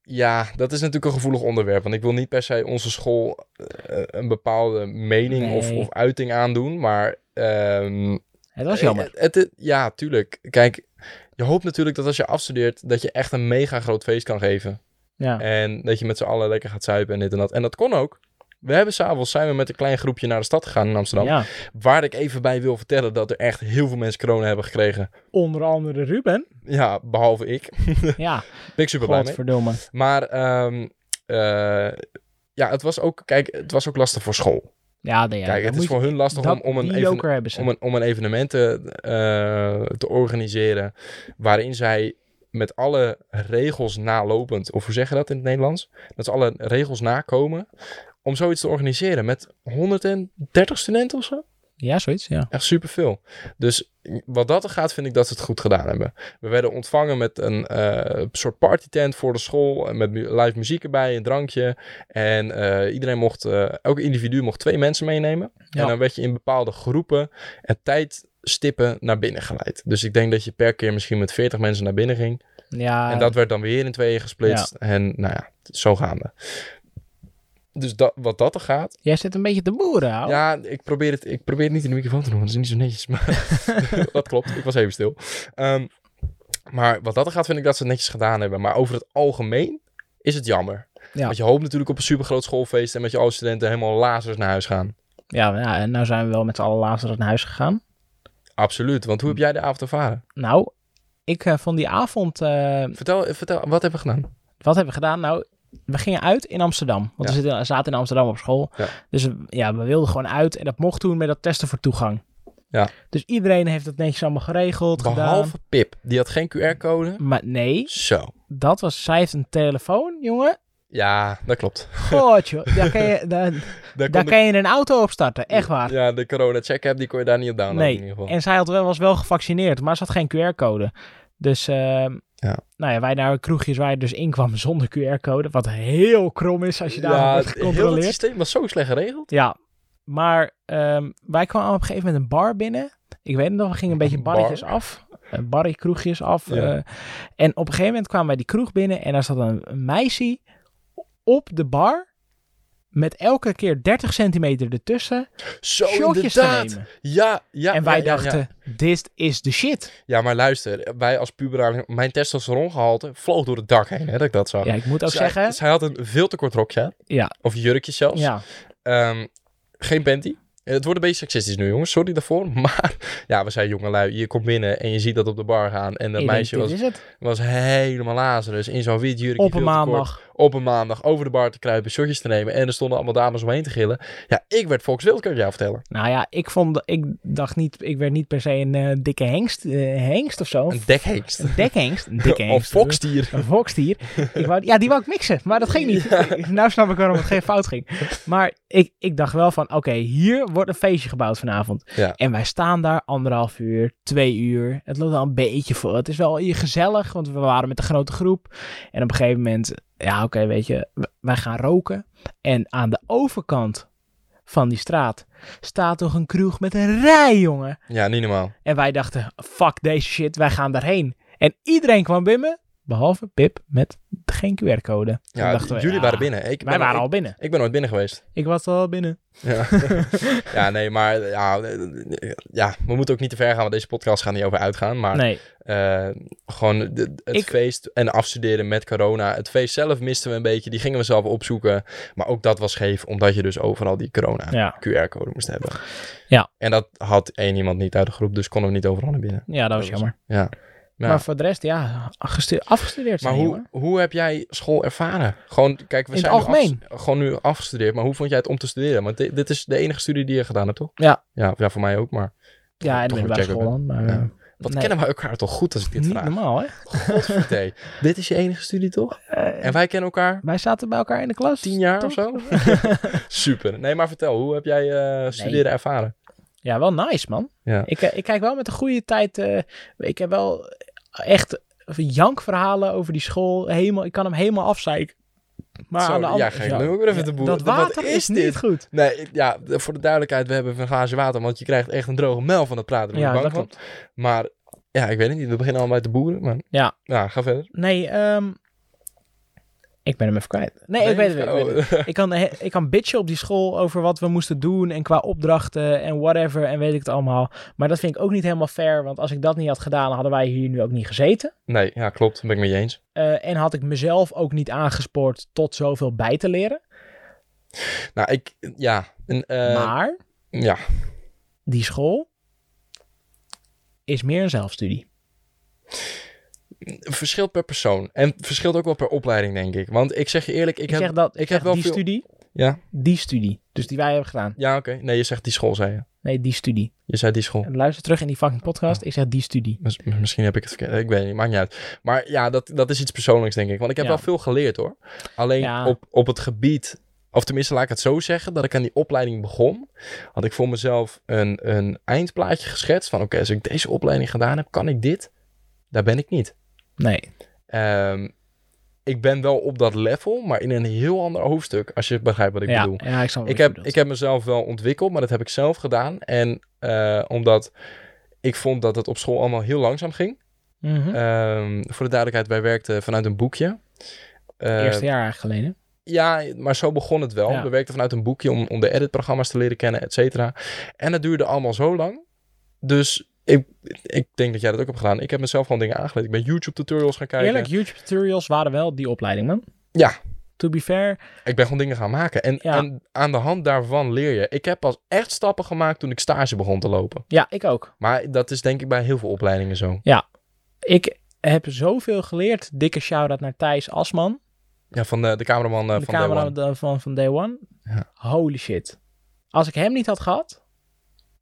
Speaker 1: Ja, dat is natuurlijk een gevoelig onderwerp, want ik wil niet per se onze school eh, een bepaalde mening of,
Speaker 2: Nee.
Speaker 1: of uiting aandoen, maar... ehm, eh,
Speaker 2: Het was jammer.
Speaker 1: Het, het- ja, tuurlijk. Kijk, je hoopt natuurlijk dat als je afstudeert, dat je echt een mega groot feest kan geven.
Speaker 2: Ja.
Speaker 1: En dat je met z'n allen lekker gaat zuipen en dit en dat. En dat kon ook. We hebben s'avonds zijn we met een klein groepje naar de stad gegaan in Amsterdam.
Speaker 2: ja.
Speaker 1: Waar ik even bij wil vertellen dat er echt heel veel mensen corona hebben gekregen.
Speaker 2: Onder andere Ruben.
Speaker 1: Ja, behalve ik.
Speaker 2: Ja,
Speaker 1: Ben ik super blij mee.
Speaker 2: godverdomme.
Speaker 1: Maar ehm, eh, ja, het was, ook, kijk, het was ook lastig voor school.
Speaker 2: Ja, nee, ja.
Speaker 1: kijk,
Speaker 2: dan
Speaker 1: het
Speaker 2: moet
Speaker 1: is
Speaker 2: je-
Speaker 1: voor hun lastig
Speaker 2: dat-
Speaker 1: om, om een
Speaker 2: die
Speaker 1: even
Speaker 2: joker hebben ze.
Speaker 1: om een, om een evenement te, eh, te organiseren waarin zij met alle regels nalopend, of hoe zeg je dat in het Nederlands? Dat ze alle regels nakomen om zoiets te organiseren met 130 studenten of zo.
Speaker 2: Ja, zoiets, ja.
Speaker 1: Echt superveel. Dus wat dat er gaat, vind ik dat ze het goed gedaan hebben. We werden ontvangen met een eh, soort partytent voor de school. eh, Met mu- live muziek erbij, een drankje. En eh, iedereen mocht, eh, elk individu mocht twee mensen meenemen.
Speaker 2: Ja.
Speaker 1: En dan werd je in bepaalde groepen en tijdstippen naar binnen geleid. Dus ik denk dat je per keer misschien met 40 mensen naar binnen ging.
Speaker 2: Ja,
Speaker 1: en dat werd dan weer in tweeën gesplitst. En nou ja, zo gaande. Dus dat, wat dat er gaat,
Speaker 2: jij zit een beetje te boeren, ouwe.
Speaker 1: ja, ik probeer, het, ik probeer het niet in de microfoon te doen, want het is niet zo netjes. Maar dat klopt, ik was even stil. Ehm, maar wat dat er gaat, vind ik dat ze het netjes gedaan hebben. Maar over het algemeen is het jammer.
Speaker 2: Ja.
Speaker 1: Want je hoopt natuurlijk op een supergroot schoolfeest en met je oude studenten helemaal lazers naar huis gaan.
Speaker 2: Ja, nou, en nou zijn we wel met z'n allen later naar huis gegaan.
Speaker 1: Absoluut, want hoe heb jij de avond ervaren?
Speaker 2: Nou, ik eh, vond die avond... eh,
Speaker 1: Vertel, vertel wat hebben we gedaan?
Speaker 2: wat hebben we gedaan? Nou, we gingen uit in Amsterdam. Want we
Speaker 1: Ja.
Speaker 2: zitten- zaten in Amsterdam op school.
Speaker 1: Ja.
Speaker 2: Dus eh, ja, we wilden gewoon uit. En dat mocht toen met dat testen voor toegang.
Speaker 1: Ja.
Speaker 2: Dus iedereen heeft dat netjes allemaal geregeld,
Speaker 1: Behalve
Speaker 2: gedaan.
Speaker 1: Pip, die had geen QR-code.
Speaker 2: Maar nee,
Speaker 1: Zo.
Speaker 2: dat was... Zij heeft een telefoon, jongen.
Speaker 1: Ja, dat klopt.
Speaker 2: God, joh. Daar kan je, daar,
Speaker 1: Daar
Speaker 2: daar
Speaker 1: kon
Speaker 2: kan je een auto op starten. Echt waar.
Speaker 1: de, ja, de corona-check-app, die kon je daar niet op downloaden in
Speaker 2: Nee,
Speaker 1: ieder geval.
Speaker 2: en zij had wel, was wel gevaccineerd, maar ze had geen QR-code. Dus ehm,
Speaker 1: Ja.
Speaker 2: Nou ja, wij naar kroegjes waar je dus inkwam zonder QR-code. Wat heel krom is als je daar
Speaker 1: ja,
Speaker 2: wordt
Speaker 1: heel het
Speaker 2: gecontroleerd.
Speaker 1: systeem was zo slecht geregeld.
Speaker 2: Ja, maar ehm, wij kwamen op een gegeven moment een bar binnen. Ik weet het nog, we gingen een beetje
Speaker 1: Een bar?
Speaker 2: barretjes af. eh, Barrie kroegjes af.
Speaker 1: Ja.
Speaker 2: eh, en op een gegeven moment kwamen wij die kroeg binnen en daar zat een, een meisje op de bar. Met elke keer 30 centimeter ertussen.
Speaker 1: Zo
Speaker 2: shotjes te
Speaker 1: inderdaad.
Speaker 2: nemen.
Speaker 1: Ja, ja.
Speaker 2: en wij
Speaker 1: ja, ja,
Speaker 2: dachten,
Speaker 1: Ja,
Speaker 2: dit is de shit.
Speaker 1: Ja, maar luister, wij als puberaar, mijn testosterongehalte vloog door het dak heen, hè, dat ik dat zag.
Speaker 2: Ja, ik moet ook
Speaker 1: zij,
Speaker 2: zeggen.
Speaker 1: Zij had een veel te kort rokje, aan.
Speaker 2: Ja.
Speaker 1: of jurkje zelfs.
Speaker 2: Ja,
Speaker 1: Ehm, geen panty. Eh, Het wordt een beetje seksistisch nu, jongens. Sorry daarvoor. Maar ja, we zijn jongelui. Je komt binnen en je ziet dat op de bar gaan. En dat
Speaker 2: ik
Speaker 1: meisje
Speaker 2: denk,
Speaker 1: was,
Speaker 2: dit is het.
Speaker 1: was helemaal lazerus. In zo'n wit jurkje.
Speaker 2: Op een
Speaker 1: veel te kort.
Speaker 2: maandag.
Speaker 1: Op een maandag. Over de bar te kruipen, shotjes te nemen. En er stonden allemaal dames omheen te gillen. Ja, ik werd Fox Wild, kan ik jou vertellen.
Speaker 2: Nou ja, ik, vond, ik dacht niet, ik werd niet per se een eh, dikke hengst, eh, hengst of zo.
Speaker 1: Een dekhengst.
Speaker 2: Een dekhengst. Een dikke
Speaker 1: Of
Speaker 2: hengst.
Speaker 1: fokstier.
Speaker 2: Een fokstier. Ik wou, ja, die wou ik mixen, maar dat ging niet. Nou snap ik waarom het geen fout ging. Maar ik, ik dacht wel van, oké, hier wordt een feestje gebouwd vanavond.
Speaker 1: Ja.
Speaker 2: En wij staan daar anderhalf uur, twee uur. Het loopt al een beetje voor. Het is wel hier gezellig, want we waren met een grote groep. En op een gegeven moment, ja oké, weet je, w- wij gaan roken. En aan de overkant van die straat staat toch een kroeg met een rij, jongen.
Speaker 1: Ja, niet normaal.
Speaker 2: En wij dachten, fuck deze shit, wij gaan daarheen. En iedereen kwam bij me, Behalve Pip met geen QR-code. Toen
Speaker 1: Ja,
Speaker 2: dachten we,
Speaker 1: jullie
Speaker 2: ja,
Speaker 1: waren binnen. Ik
Speaker 2: Wij
Speaker 1: ben,
Speaker 2: waren
Speaker 1: ik,
Speaker 2: al binnen.
Speaker 1: ik ben nooit binnen geweest.
Speaker 2: Ik was al binnen.
Speaker 1: Ja. ja, nee, maar ja, ja, we moeten ook niet te ver gaan, want deze podcast gaat niet over uitgaan. Maar
Speaker 2: Nee,
Speaker 1: eh, gewoon de- het
Speaker 2: Ik-
Speaker 1: feest en afstuderen met corona. Het feest zelf misten we een beetje, die gingen we zelf opzoeken. Maar ook dat was geef, omdat je dus overal die corona
Speaker 2: ja.
Speaker 1: QR-code moest hebben.
Speaker 2: Ja.
Speaker 1: En dat had één iemand niet uit de groep, dus konden we niet overal naar binnen.
Speaker 2: Ja, dat
Speaker 1: Dat was-
Speaker 2: was jammer.
Speaker 1: Ja. Ja.
Speaker 2: Maar voor de rest, ja, gestu- afgestudeerd
Speaker 1: Maar
Speaker 2: zijn,
Speaker 1: hoe,
Speaker 2: jongen.
Speaker 1: hoe heb jij school ervaren? Gewoon, kijk, we
Speaker 2: In het
Speaker 1: zijn nu afs-
Speaker 2: algemeen?
Speaker 1: gewoon nu afgestudeerd, maar hoe vond jij het om te studeren? Want di- dit is de enige studie die je gedaan hebt, toch?
Speaker 2: Ja.
Speaker 1: Ja, ja voor mij ook, maar...
Speaker 2: Ja, en de
Speaker 1: toch een
Speaker 2: middelbare
Speaker 1: check-up,
Speaker 2: school dan. Maar,
Speaker 1: Ja.
Speaker 2: eh,
Speaker 1: Wat
Speaker 2: nee,
Speaker 1: kennen we elkaar toch goed als ik dit
Speaker 2: Niet
Speaker 1: vraag?
Speaker 2: normaal, hè?
Speaker 1: Godverdé. dit is je enige studie, toch?
Speaker 2: Eh,
Speaker 1: En wij kennen elkaar
Speaker 2: wij zaten bij elkaar in de klas.
Speaker 1: tien jaar of
Speaker 2: toch?
Speaker 1: zo? Super. Nee, maar vertel, hoe heb jij eh, studeren ervaren?
Speaker 2: Ja, wel nice, man.
Speaker 1: Ja.
Speaker 2: Ik, eh, ik kijk wel met een goede tijd. eh, ik heb wel echt jankverhalen over die school. Helemaal, ik kan hem helemaal afzeiken. Maar
Speaker 1: Zo,
Speaker 2: aan de
Speaker 1: ja,
Speaker 2: andere
Speaker 1: ga ik nu ook weer even de boer-
Speaker 2: Dat
Speaker 1: wat
Speaker 2: water
Speaker 1: is
Speaker 2: is,
Speaker 1: dit?
Speaker 2: niet goed.
Speaker 1: Nee, ik- ja, de- voor de duidelijkheid, we hebben een glaasje water, want je krijgt echt een droge mel van het praten. daar ben ik
Speaker 2: Ja,
Speaker 1: bang
Speaker 2: dat
Speaker 1: van.
Speaker 2: klopt.
Speaker 1: Maar ja, ik weet het niet, we beginnen allemaal te boeren, maar...
Speaker 2: Ja.
Speaker 1: Ja, ga verder.
Speaker 2: Nee, ehm, ik ben hem even kwijt. Nee, ik weet het weer. ik weet het weer.
Speaker 1: Oh,
Speaker 2: ik kan, he- ik kan bitchen op die school over wat we moesten doen en qua opdrachten en whatever en weet ik het allemaal. Maar dat vind ik ook niet helemaal fair, want als ik dat niet had gedaan, hadden wij hier nu ook niet gezeten.
Speaker 1: Nee, ja, klopt. Ben ik met je eens.
Speaker 2: Eh, en had ik mezelf ook niet aangespoord tot zoveel bij te leren.
Speaker 1: Nou, ik, ja. En, eh,
Speaker 2: maar
Speaker 1: Ja,
Speaker 2: die school is meer een zelfstudie.
Speaker 1: verschilt per persoon. En verschilt ook wel per opleiding, denk ik. Want ik zeg je eerlijk, ik,
Speaker 2: Ik,
Speaker 1: heb...
Speaker 2: zeg dat, ik,
Speaker 1: ik heb
Speaker 2: zeg
Speaker 1: wel
Speaker 2: die
Speaker 1: veel-
Speaker 2: studie,
Speaker 1: Ja,
Speaker 2: die studie. Dus die wij hebben gedaan.
Speaker 1: ja oké. Nee, je zegt die school, zei je.
Speaker 2: Nee, die studie.
Speaker 1: Je zei die school.
Speaker 2: En luister terug in die fucking podcast,
Speaker 1: Ah.
Speaker 2: ik zeg die studie.
Speaker 1: Mis- Misschien heb ik het verkeerd. Ik weet het niet, maakt niet uit. Maar ja, dat, dat is iets persoonlijks, denk ik. Want ik heb
Speaker 2: Ja.
Speaker 1: wel veel geleerd, hoor. Alleen
Speaker 2: Ja.
Speaker 1: op, op het gebied... Of tenminste, laat ik het zo zeggen, dat ik aan die opleiding begon, had ik voor mezelf een, een eindplaatje geschetst van, oké, als ik deze opleiding gedaan heb, kan ik dit? Daar ben ik niet.
Speaker 2: Nee,
Speaker 1: Ehm, ik ben wel op dat level, maar in een heel ander hoofdstuk, als je begrijpt wat ik
Speaker 2: ja, Oh,
Speaker 1: bedoel.
Speaker 2: ja, ik snap wat
Speaker 1: Ik
Speaker 2: je
Speaker 1: heb,
Speaker 2: bedoelt.
Speaker 1: ik heb mezelf wel ontwikkeld, maar dat heb ik zelf gedaan. En eh, omdat ik vond dat het op school allemaal heel langzaam ging.
Speaker 2: Mhm.
Speaker 1: Ehm, voor de duidelijkheid, wij werkten vanuit een boekje. Eh,
Speaker 2: Eerste jaar eigenlijk geleden.
Speaker 1: ja, maar zo begon het wel.
Speaker 2: Ja.
Speaker 1: We werkten vanuit een boekje om, om de editprogramma's te leren kennen, et cetera. En het duurde allemaal zo lang. Dus ik, ik denk dat jij dat ook hebt gedaan. Ik heb mezelf gewoon dingen aangeleerd. Ik ben YouTube-tutorials gaan kijken.
Speaker 2: Eerlijk, YouTube tutorials waren wel die opleiding, man.
Speaker 1: Ja.
Speaker 2: To be fair.
Speaker 1: Ik ben gewoon dingen gaan maken. En,
Speaker 2: Ja.
Speaker 1: en aan de hand daarvan leer je. Ik heb pas echt stappen gemaakt toen ik stage begon te lopen.
Speaker 2: Ja, ik ook.
Speaker 1: Maar dat is denk ik bij heel veel opleidingen zo.
Speaker 2: Ik heb zoveel geleerd. Dikke shout-out naar Thijs Asman.
Speaker 1: Ja, van de, de cameraman eh,
Speaker 2: de
Speaker 1: van Day One.
Speaker 2: camera da- van, van Day One.
Speaker 1: Ja.
Speaker 2: Holy shit. Als ik hem niet had gehad,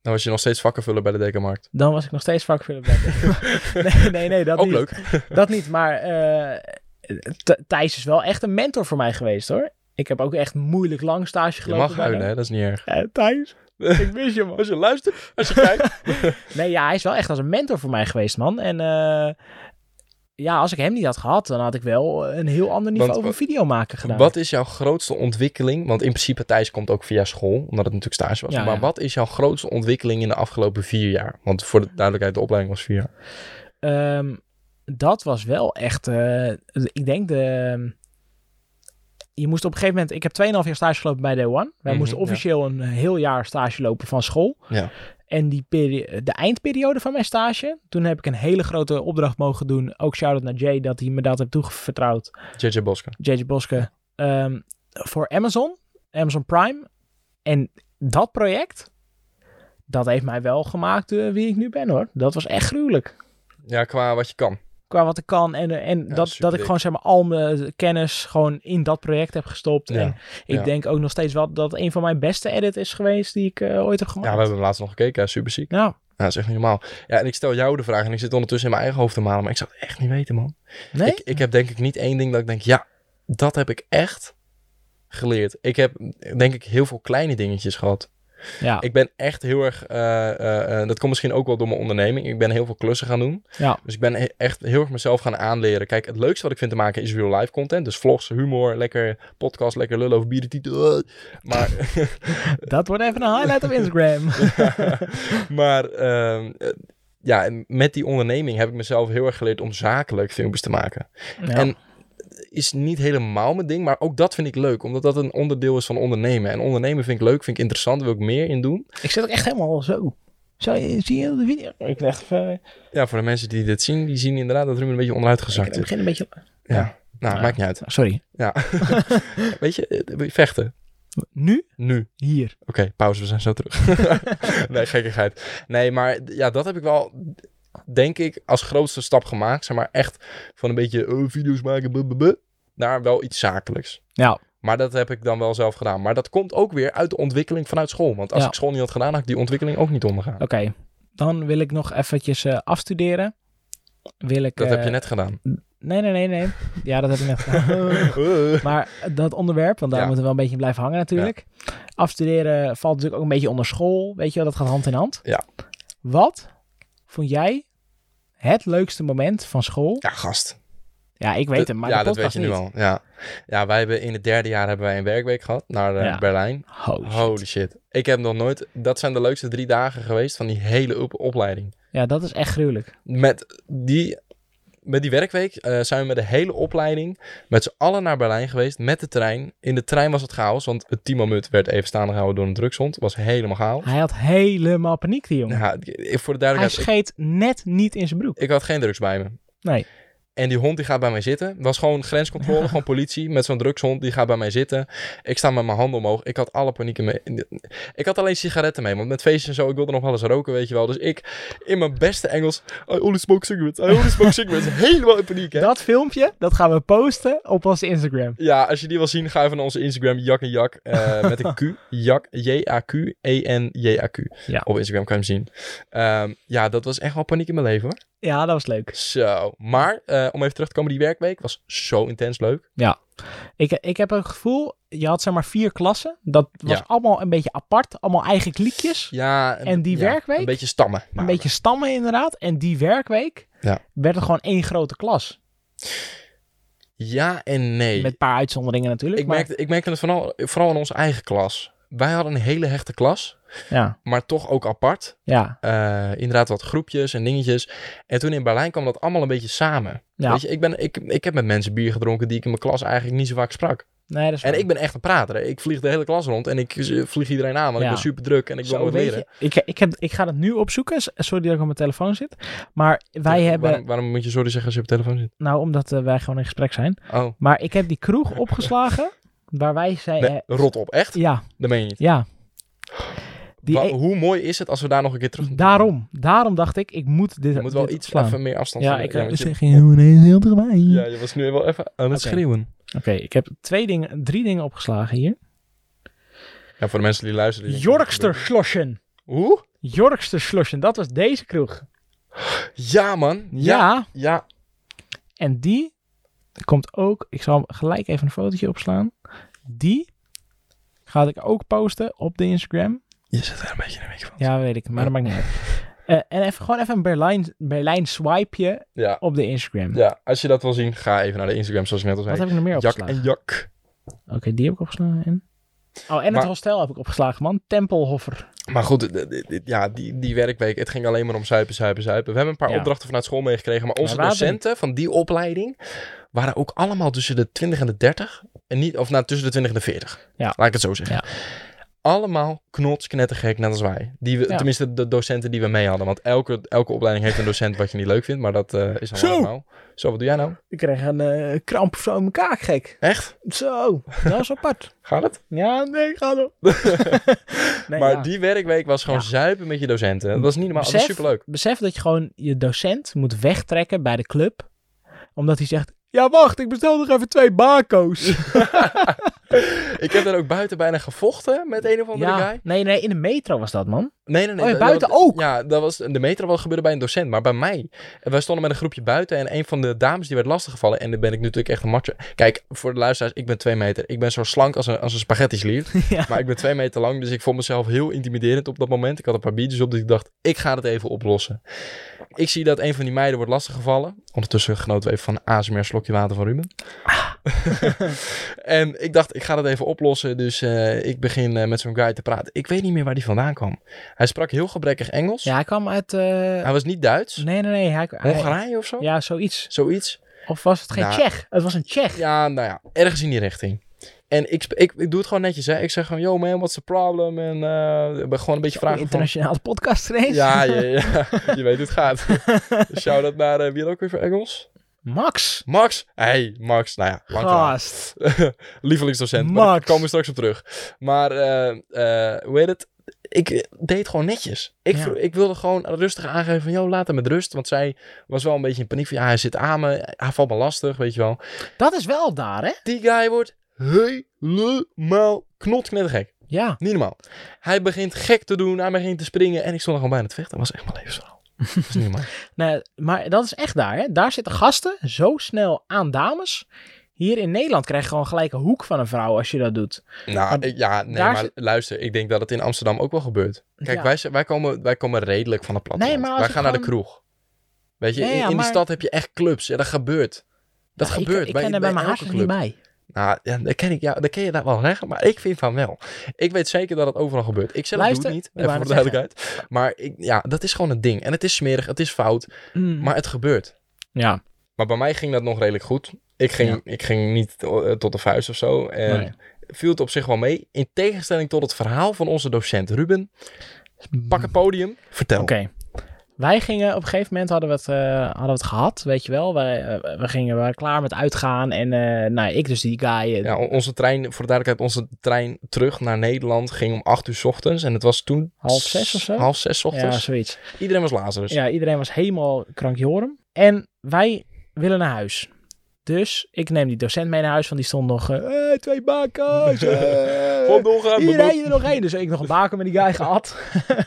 Speaker 1: Dan was je nog steeds vakkenvuller bij de Dekenmarkt.
Speaker 2: dan was ik nog steeds vakvullig. nee, nee, nee. Dat
Speaker 1: Ook
Speaker 2: niet.
Speaker 1: leuk.
Speaker 2: Dat niet, maar eh, Th- Thijs is wel echt een mentor voor mij geweest, hoor. Ik heb ook echt moeilijk lang stage
Speaker 1: Je
Speaker 2: gelopen.
Speaker 1: mag
Speaker 2: bij hem.
Speaker 1: huilen, hè? dat is niet erg.
Speaker 2: Eh, Thijs, ik mis je, man.
Speaker 1: Als je luistert, als je kijkt.
Speaker 2: Nee, ja, hij is wel echt als een mentor voor mij geweest, man. En eh, ja, als ik hem niet had gehad, dan had ik wel een heel ander niveau
Speaker 1: Want
Speaker 2: van
Speaker 1: wat-
Speaker 2: video maken gedaan.
Speaker 1: Wat is jouw grootste ontwikkeling? Want in principe Thijs komt ook via school, omdat het natuurlijk stage was.
Speaker 2: Ja,
Speaker 1: maar
Speaker 2: ja.
Speaker 1: wat is jouw grootste ontwikkeling in de afgelopen vier jaar? Want voor de duidelijkheid, de opleiding was vier jaar.
Speaker 2: Ehm, dat was wel echt, eh, ik denk de... Je moest op een gegeven moment... Ik heb 2,5 jaar stage gelopen bij Day One. Wij
Speaker 1: Mhm,
Speaker 2: moesten
Speaker 1: ja.
Speaker 2: officieel een heel jaar stage lopen van school.
Speaker 1: Ja.
Speaker 2: En die peri- de eindperiode van mijn stage... Toen heb ik een hele grote opdracht mogen doen. Ook shout-out naar Jay dat hij me dat heeft toevertrouwd.
Speaker 1: JJ Boske.
Speaker 2: JJ Boske ehm, voor Amazon, Amazon Prime. En dat project, dat heeft mij wel gemaakt eh, wie ik nu ben hoor. Dat was echt gruwelijk.
Speaker 1: Ja, qua wat je kan.
Speaker 2: Qua wat ik kan en, eh, en
Speaker 1: Ja,
Speaker 2: dat, dat ik
Speaker 1: superdik.
Speaker 2: gewoon zeg maar al mijn kennis gewoon in dat project heb gestopt.
Speaker 1: Ja,
Speaker 2: en ik
Speaker 1: ja.
Speaker 2: denk ook nog steeds wel dat het een van mijn beste edit is geweest die ik eh, ooit heb
Speaker 1: Ja,
Speaker 2: gemaakt.
Speaker 1: we hebben hem laatst nog gekeken, hè, super ziek.
Speaker 2: Nou,
Speaker 1: Ja, dat is echt niet normaal. Ja, en ik stel jou de vraag en ik zit ondertussen in mijn eigen hoofd te malen, maar ik zou het echt niet weten, man.
Speaker 2: nee?
Speaker 1: Ik, ik heb denk ik niet één ding dat ik denk, ja, dat heb ik echt geleerd. Ik heb denk ik heel veel kleine dingetjes gehad.
Speaker 2: ja,
Speaker 1: Ik ben echt heel erg, eh, eh, eh, dat komt misschien ook wel door mijn onderneming. Ik ben heel veel klussen gaan doen.
Speaker 2: Ja.
Speaker 1: Dus ik ben he- echt heel erg mezelf gaan aanleren. Kijk, het leukste wat ik vind te maken is real life content. Dus vlogs, humor, lekker podcast, lekker lullen over bieren. tieten. eh. Maar
Speaker 2: dat wordt even een highlight op Instagram.
Speaker 1: maar ehm, eh, ja, en met die onderneming heb ik mezelf heel erg geleerd om zakelijk filmpjes te maken.
Speaker 2: Ja.
Speaker 1: En is niet helemaal mijn ding, maar ook dat vind ik leuk, omdat dat een onderdeel is van ondernemen. En ondernemen vind ik leuk, vind ik interessant, wil ik meer in doen.
Speaker 2: Ik zit ook echt helemaal zo. Zo, eh, zie je de video? Ik ben echt even... ik
Speaker 1: Ja, voor de mensen die dit zien, die zien inderdaad dat Ruben een beetje onderuitgezakt is.
Speaker 2: begin een beetje...
Speaker 1: Ja. Nou,
Speaker 2: Ja.
Speaker 1: maakt niet uit.
Speaker 2: Sorry.
Speaker 1: Ja. Weet je, eh, vechten.
Speaker 2: Nu?
Speaker 1: Nu.
Speaker 2: Hier.
Speaker 1: Oké, pauze, we zijn zo terug. nee, gekkigheid. Nee, maar d- ja, dat heb ik wel, denk ik, als grootste stap gemaakt. Zeg maar echt van een beetje eh, video's maken, buh, buh, buh, naar wel iets zakelijks.
Speaker 2: Ja.
Speaker 1: Maar dat heb ik dan wel zelf gedaan. Maar dat komt ook weer uit de ontwikkeling vanuit school. Want als
Speaker 2: Ja.
Speaker 1: ik school niet had gedaan, had ik die ontwikkeling ook niet ondergaan.
Speaker 2: Oké. Dan wil ik nog eventjes eh, afstuderen. Wil ik...
Speaker 1: Dat
Speaker 2: eh,
Speaker 1: heb je net gedaan.
Speaker 2: Nee, nee, nee, nee. Ja, dat heb ik net gedaan. Maar dat onderwerp, want daar
Speaker 1: Ja.
Speaker 2: moeten we wel een beetje in blijven hangen natuurlijk. Afstuderen valt natuurlijk ook een beetje onder school. Weet je wel, dat gaat hand in hand.
Speaker 1: Ja.
Speaker 2: Wat vond jij het leukste moment van school?
Speaker 1: ja, gast.
Speaker 2: Ja, ik weet hem, maar
Speaker 1: ja,
Speaker 2: de
Speaker 1: dat weet
Speaker 2: podcast
Speaker 1: je nu
Speaker 2: niet.
Speaker 1: al. Ja. ja, wij hebben in het derde jaar hebben wij een werkweek gehad naar eh,
Speaker 2: Ja.
Speaker 1: Berlijn.
Speaker 2: Holy shit.
Speaker 1: Holy shit. Ik heb nog nooit... Dat zijn de leukste drie dagen geweest van die hele op- opleiding.
Speaker 2: Ja, dat is echt gruwelijk.
Speaker 1: met die, met die werkweek eh, zijn we met de hele opleiding met z'n allen naar Berlijn geweest met de trein. In de trein was het chaos, want het Timo Mut werd even staande gehouden door een drugshond. Was helemaal chaos.
Speaker 2: Hij had helemaal paniek, die jongen.
Speaker 1: Ja, ik- voor de
Speaker 2: Hij
Speaker 1: duidelijkheid,
Speaker 2: scheet net niet in zijn broek.
Speaker 1: ik, ik had geen drugs bij me.
Speaker 2: Nee.
Speaker 1: En die hond die gaat bij mij zitten. Was gewoon grenscontrole, gewoon politie met zo'n drugshond. Die gaat bij mij zitten. Ik sta met mijn handen omhoog. Ik had alle paniek in me. Ik had alleen sigaretten mee. Want met feestjes en zo, ik wilde nog wel eens roken, weet je wel. Dus ik, in mijn beste Engels. I only smoke cigarettes. I only smoke cigarettes. Helemaal in paniek, hè.
Speaker 2: Dat filmpje, dat gaan we posten op onze Instagram.
Speaker 1: Ja, als je die wil zien, ga even naar onze Instagram, Jak en Jak. eh, met een Q. Jak, J-A-Q, E-N-J-A-Q.
Speaker 2: Ja.
Speaker 1: Op Instagram kan je hem zien. Ehm, ja, dat was echt wel paniek in mijn leven hoor.
Speaker 2: Ja, dat was leuk.
Speaker 1: Zo. Maar, eh, om even terug te komen, die werkweek was zo intens leuk.
Speaker 2: Ik, ik heb een gevoel, je had zeg maar vier klassen. Dat was
Speaker 1: Ja.
Speaker 2: allemaal een beetje apart. Allemaal eigen kliekjes.
Speaker 1: Ja.
Speaker 2: En die
Speaker 1: ja,
Speaker 2: werkweek?
Speaker 1: Een beetje stammen.
Speaker 2: Een beetje stammen inderdaad. En die werkweek
Speaker 1: Ja.
Speaker 2: werd het gewoon één grote klas.
Speaker 1: Ja en nee.
Speaker 2: Met een paar uitzonderingen natuurlijk.
Speaker 1: Ik
Speaker 2: maar,
Speaker 1: merkte, ik merkte het vooral, vooral in onze eigen klas. Wij hadden een hele hechte klas,
Speaker 2: Ja,
Speaker 1: maar toch ook apart.
Speaker 2: ja,
Speaker 1: Eh, inderdaad wat groepjes en dingetjes. En toen in Berlijn kwam dat allemaal een beetje samen.
Speaker 2: Ja.
Speaker 1: Weet je, ik, ben, ik, ik heb met mensen bier gedronken die ik in mijn klas eigenlijk niet zo vaak sprak.
Speaker 2: nee, dat is
Speaker 1: En
Speaker 2: waar.
Speaker 1: ik ben echt een prater. hè. Ik vlieg de hele klas rond en ik eh, vlieg iedereen aan, want
Speaker 2: Ja.
Speaker 1: ik ben super druk en ik wil
Speaker 2: Zo,
Speaker 1: nooit
Speaker 2: weet
Speaker 1: leren.
Speaker 2: je, ik, ik, heb, ik ga het nu opzoeken. S- Sorry dat ik op mijn telefoon zit. Maar wij
Speaker 1: Ja,
Speaker 2: hebben,
Speaker 1: waarom, waarom moet je sorry zeggen als je op je telefoon zit?
Speaker 2: nou omdat eh, wij gewoon in gesprek zijn.
Speaker 1: Oh,
Speaker 2: Maar ik heb die kroeg opgeslagen waar wij zijn.
Speaker 1: nee,
Speaker 2: eh,
Speaker 1: rot op. Echt?
Speaker 2: ja,
Speaker 1: Dat meen je niet.
Speaker 2: ja. Die
Speaker 1: Wa-
Speaker 2: e-
Speaker 1: hoe mooi is het als we daar nog een keer terug...
Speaker 2: daarom, daarom dacht ik, ik moet dit.
Speaker 1: Je moet wel
Speaker 2: dit
Speaker 1: iets
Speaker 2: opslaan.
Speaker 1: even meer afstand
Speaker 2: Ja,
Speaker 1: van-
Speaker 2: ik eh,
Speaker 1: want je,
Speaker 2: Dus zeg je heel ineens heel dichtbij.
Speaker 1: ja, je was nu wel even aan het
Speaker 2: Oké.
Speaker 1: schreeuwen.
Speaker 2: Oké, ik heb twee dingen, drie dingen opgeslagen hier.
Speaker 1: Ja, voor de mensen die luisteren... die-
Speaker 2: Jorkster Sloschen.
Speaker 1: Hoe?
Speaker 2: Jorkster Sloschen, dat was deze kroeg.
Speaker 1: Ja, man.
Speaker 2: Ja.
Speaker 1: Ja. Ja.
Speaker 2: En die komt ook. Ik zal gelijk even een fotootje opslaan. Die ga ik ook posten op de Instagram.
Speaker 1: Je zit er een beetje in de microfoon.
Speaker 2: Ja, weet ik, maar dat maakt niet uit. Eh, en even, gewoon even een Berlijn, Berlijn swipeje
Speaker 1: Ja.
Speaker 2: op de Instagram.
Speaker 1: Ja, als je dat wil zien, ga even naar de Instagram, zoals ik net al
Speaker 2: Wat
Speaker 1: zei.
Speaker 2: heb ik nog meer
Speaker 1: Jak
Speaker 2: opgeslagen?
Speaker 1: en Jak.
Speaker 2: Oké, die heb ik opgeslagen. En... Oh, en het
Speaker 1: Maar-
Speaker 2: hostel heb ik opgeslagen, man. Tempelhoffer.
Speaker 1: Maar goed, d- d- d- ja, die, die werkweek, het ging alleen maar om zuipen, zuipen, zuipen. We hebben een paar
Speaker 2: Ja.
Speaker 1: opdrachten vanuit school meegekregen, maar onze
Speaker 2: Maar waar ben ik?
Speaker 1: docenten van die opleiding waren ook allemaal tussen de 20 en de 30. En niet, of nou, tussen de 20 en de 40.
Speaker 2: Ja.
Speaker 1: Laat ik het zo zeggen. Allemaal knots, knettergek, net als wij. Die we,
Speaker 2: Ja.
Speaker 1: Tenminste, de docenten die we mee hadden. Want elke, elke opleiding heeft een docent wat je niet leuk vindt, maar dat eh, is
Speaker 2: Zo.
Speaker 1: allemaal normaal. Zo, wat doe jij nou?
Speaker 2: Ik kreeg een eh, kramp of zo in mijn kaak, gek.
Speaker 1: Echt?
Speaker 2: Zo, dat is apart.
Speaker 1: Gaat het?
Speaker 2: Ja, nee, ga door. nee,
Speaker 1: maar
Speaker 2: ja.
Speaker 1: die werkweek was gewoon
Speaker 2: Ja.
Speaker 1: zuipen met je docenten. Dat was niet normaal. Dat was
Speaker 2: Besef-
Speaker 1: superleuk.
Speaker 2: besef dat je gewoon je docent moet wegtrekken bij de club. Omdat hij zegt, ja wacht, ik bestel nog even twee bako's.
Speaker 1: Ik heb daar ook buiten bijna gevochten met een of andere
Speaker 2: ja,
Speaker 1: guy.
Speaker 2: nee, nee, in de metro was dat man.
Speaker 1: Nee, nee, nee.
Speaker 2: Oh ja,
Speaker 1: dat-
Speaker 2: buiten
Speaker 1: dat-
Speaker 2: ook?
Speaker 1: Ja, dat was de metro wat gebeurde bij een docent, maar bij mij. En wij stonden met een groepje buiten en een van de dames die werd lastiggevallen. En dan ben ik natuurlijk echt een matje. Kijk, voor de luisteraars, ik ben twee meter. Ik ben zo slank als een, als een spaghetti slier.
Speaker 2: Ja.
Speaker 1: Maar ik ben twee meter lang, dus ik vond mezelf heel intimiderend op dat moment. Ik had een paar biertjes op, dus ik dacht, ik ga het even oplossen.
Speaker 2: Ah.
Speaker 1: Ik zie dat een van die meiden wordt lastiggevallen. Ondertussen genoten we even van een ASMR slokje water van Ruben. en ik dacht, ik ga dat even oplossen. Dus eh, ik begin eh, met zo'n guy te praten. Ik weet niet meer waar die vandaan kwam. Hij sprak heel gebrekkig Engels.
Speaker 2: Ja, hij kwam uit... eh,
Speaker 1: Hij was niet Duits.
Speaker 2: nee, nee, nee. Hij, hij-
Speaker 1: Hongarije of zo?
Speaker 2: ja, zoiets.
Speaker 1: Zoiets.
Speaker 2: Of was het geen
Speaker 1: Nou.
Speaker 2: Tsjech? Het was een Tsjech.
Speaker 1: Ja, nou ja, ergens in die richting. En ik, sp- ik, ik doe het gewoon netjes, hè. Ik zeg gewoon, yo man, what's the problem? En eh, ik ben gewoon een beetje
Speaker 2: Een
Speaker 1: vragen van...
Speaker 2: internationale podcast ineens.
Speaker 1: Ja, ja, ja, je weet hoe het gaat. Shout-out naar, eh, wie had ook weer voor Engels?
Speaker 2: Max.
Speaker 1: Max? Hey, Max. Nou ja, lang verhaal.
Speaker 2: Gast.
Speaker 1: Lievelingsdocent. maar Daar
Speaker 2: Max.
Speaker 1: komen we straks op terug. Maar eh, eh, hoe heet het? Ik eh, deed gewoon netjes. Ik,
Speaker 2: Ja.
Speaker 1: vro- ik wilde gewoon rustig aangeven van... joh, laat hem met rust. Want zij was wel een beetje in paniek van... ja, hij zit aan me. Hij valt me lastig, weet je wel.
Speaker 2: Dat is wel daar, hè?
Speaker 1: Die guy wordt helemaal knotknettergek.
Speaker 2: Ja.
Speaker 1: Niet normaal. Hij begint gek te doen. Hij begint te springen. En ik stond er gewoon bijna te vechten. Dat was echt mijn levensverhaal. Dat is niet normaal.
Speaker 2: Nee, maar dat is echt daar, hè? Daar zitten gasten zo snel aan dames. Hier in Nederland krijg je gewoon gelijk een hoek van een vrouw als je dat doet.
Speaker 1: Nou,
Speaker 2: Maar
Speaker 1: ik- ja, nee,
Speaker 2: daar
Speaker 1: maar
Speaker 2: zit-
Speaker 1: luister, ik denk dat het in Amsterdam ook wel gebeurt. Kijk,
Speaker 2: Ja.
Speaker 1: wij, zijn- wij, komen, wij komen redelijk van het platteland.
Speaker 2: Nee, maar als
Speaker 1: wij
Speaker 2: ik
Speaker 1: gaan naar de
Speaker 2: gewoon-
Speaker 1: kroeg. Weet je,
Speaker 2: Ja,
Speaker 1: in,
Speaker 2: ja,
Speaker 1: in die
Speaker 2: maar-
Speaker 1: stad heb je echt clubs. Ja, dat gebeurt. Dat
Speaker 2: Nou, ik-
Speaker 1: gebeurt
Speaker 2: Ik,
Speaker 1: bij,
Speaker 2: ken er
Speaker 1: bij
Speaker 2: bij mijn
Speaker 1: elke
Speaker 2: haast
Speaker 1: club.
Speaker 2: niet bij.
Speaker 1: Nou, ja, dat ken ik, ja, dat ken je daar wel zeggen, maar ik vind van wel. Ik weet zeker dat het overal gebeurt. Ik zelf
Speaker 2: Luister,
Speaker 1: doe het
Speaker 2: ik
Speaker 1: niet, even
Speaker 2: wou
Speaker 1: voor de
Speaker 2: net
Speaker 1: duidelijkheid. Maar ik, ja, dat is gewoon een ding. En het is smerig, het is fout,
Speaker 2: Mm.
Speaker 1: maar het gebeurt.
Speaker 2: ja.
Speaker 1: Maar bij mij ging dat nog redelijk goed. Ik ging,
Speaker 2: Ja.
Speaker 1: ik ging niet eh, tot de vuist of zo. En
Speaker 2: Nee.
Speaker 1: viel het op zich wel mee. In tegenstelling tot het verhaal van onze docent Ruben. Pak het podium. Vertel.
Speaker 2: Oké. Wij gingen op een gegeven moment hadden we het, eh, hadden we het gehad, weet je wel. Wij, eh, we gingen we waren klaar met uitgaan. En eh, nou, ik dus die guy. eh,
Speaker 1: Ja, on- onze trein, voor de duidelijkheid, onze trein terug naar Nederland ging om 8 uur 's ochtends. En het was toen...
Speaker 2: Half zes of zo?
Speaker 1: Half zes 's
Speaker 2: ja,
Speaker 1: ochtends.
Speaker 2: zoiets.
Speaker 1: Iedereen was Lazarus.
Speaker 2: Ja, iedereen was helemaal krankjorum. En wij willen naar huis. Dus ik neem die docent mee naar huis, want die stond nog... eh, eh, twee bakens! eh.
Speaker 1: Gewoon doorgaan.
Speaker 2: Hier rij je er nog heen. Dus ik nog een baken met die guy gehad.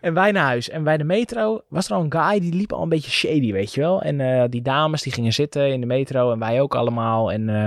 Speaker 2: en wij naar huis. En bij de metro was er al een guy die liep al een beetje shady, weet je wel. En eh, die dames die gingen zitten in de metro en wij ook allemaal. En eh,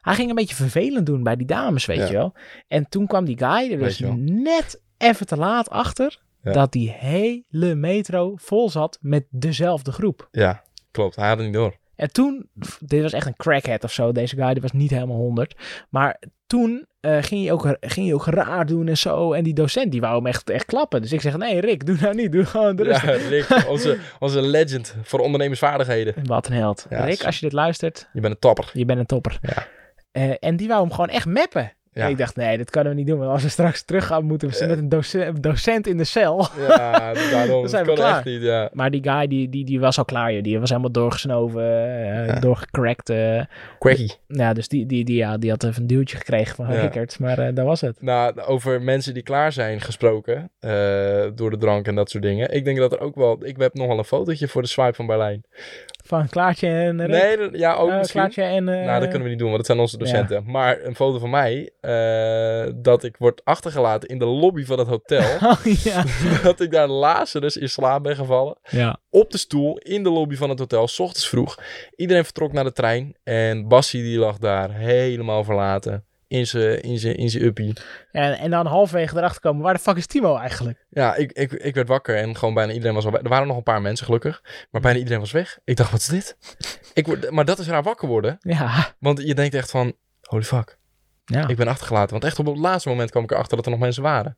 Speaker 2: hij ging een beetje vervelend doen bij die dames, weet
Speaker 1: Ja.
Speaker 2: je wel. En toen kwam die guy er
Speaker 1: Weet
Speaker 2: dus
Speaker 1: je wel.
Speaker 2: net even te laat achter.
Speaker 1: Ja.
Speaker 2: Dat die hele metro vol zat met dezelfde groep.
Speaker 1: Ja, klopt. Hij had het niet door.
Speaker 2: En toen, pff, dit was echt een crackhead of zo, deze guy, die was niet helemaal 100. Maar toen eh, ging, hij ook, ging hij ook raar doen en zo. En die docent, die wou hem echt, echt klappen. Dus ik zeg, nee Rick, doe nou niet, doe gewoon de
Speaker 1: Ja,
Speaker 2: rust.
Speaker 1: Rick, onze, onze legend voor ondernemersvaardigheden.
Speaker 2: Wat een held.
Speaker 1: Ja,
Speaker 2: Rick,
Speaker 1: zo.
Speaker 2: als je dit luistert,
Speaker 1: Je bent een topper.
Speaker 2: je bent een topper.
Speaker 1: Ja.
Speaker 2: Eh, en die wou hem gewoon echt meppen.
Speaker 1: Ja. Eh.
Speaker 2: En ik dacht, nee, dat kunnen we niet doen. Want als we straks teruggaan, moeten we met een docent, docent in de cel.
Speaker 1: Ja, daarom.
Speaker 2: Dan zijn
Speaker 1: dat
Speaker 2: we
Speaker 1: kan
Speaker 2: klaar.
Speaker 1: echt niet, ja.
Speaker 2: Maar die guy, die, die, die was al klaar, joh. die was helemaal doorgesnoven, eh,
Speaker 1: Ja.
Speaker 2: doorgecrackt. eh.
Speaker 1: Quacky.
Speaker 2: Nou, dus die, die, die, ja, die had even een duwtje gekregen van
Speaker 1: Ja.
Speaker 2: Rickert. Maar eh dat was het.
Speaker 1: Nou, over mensen die klaar zijn gesproken eh, door de drank en dat soort dingen. Ik denk dat er ook wel... Ik heb nogal een fotootje voor de swipe van Berlijn.
Speaker 2: Van Klaartje en Rick.
Speaker 1: Nee, dat- ja, ook
Speaker 2: Eh,
Speaker 1: misschien.
Speaker 2: Klaartje en... eh,
Speaker 1: Nou, dat kunnen we niet doen, want dat zijn onze docenten. Maar een foto van mij, eh, dat ik word achtergelaten in de lobby van het hotel.
Speaker 2: Oh, ja.
Speaker 1: dat ik daar Lazarus in slaap ben gevallen.
Speaker 2: ja.
Speaker 1: Op de stoel, in de lobby van het hotel, s ochtends vroeg. Iedereen vertrok naar de trein. En Bassie die lag daar helemaal verlaten. In zijn in zijn- in zijn uppie.
Speaker 2: En, en dan halverwege erachter komen, waar de fuck is Timo eigenlijk?
Speaker 1: Ja, ik, ik, ik werd wakker en gewoon bijna iedereen was al weg. Er waren nog een paar mensen gelukkig, maar bijna iedereen was weg. Ik dacht, wat is dit? Ik word, maar dat is raar wakker worden,
Speaker 2: Ja.
Speaker 1: want je denkt echt van, holy fuck,
Speaker 2: Ja,
Speaker 1: ik ben achtergelaten. Want echt op het laatste moment kwam ik erachter dat er nog mensen waren.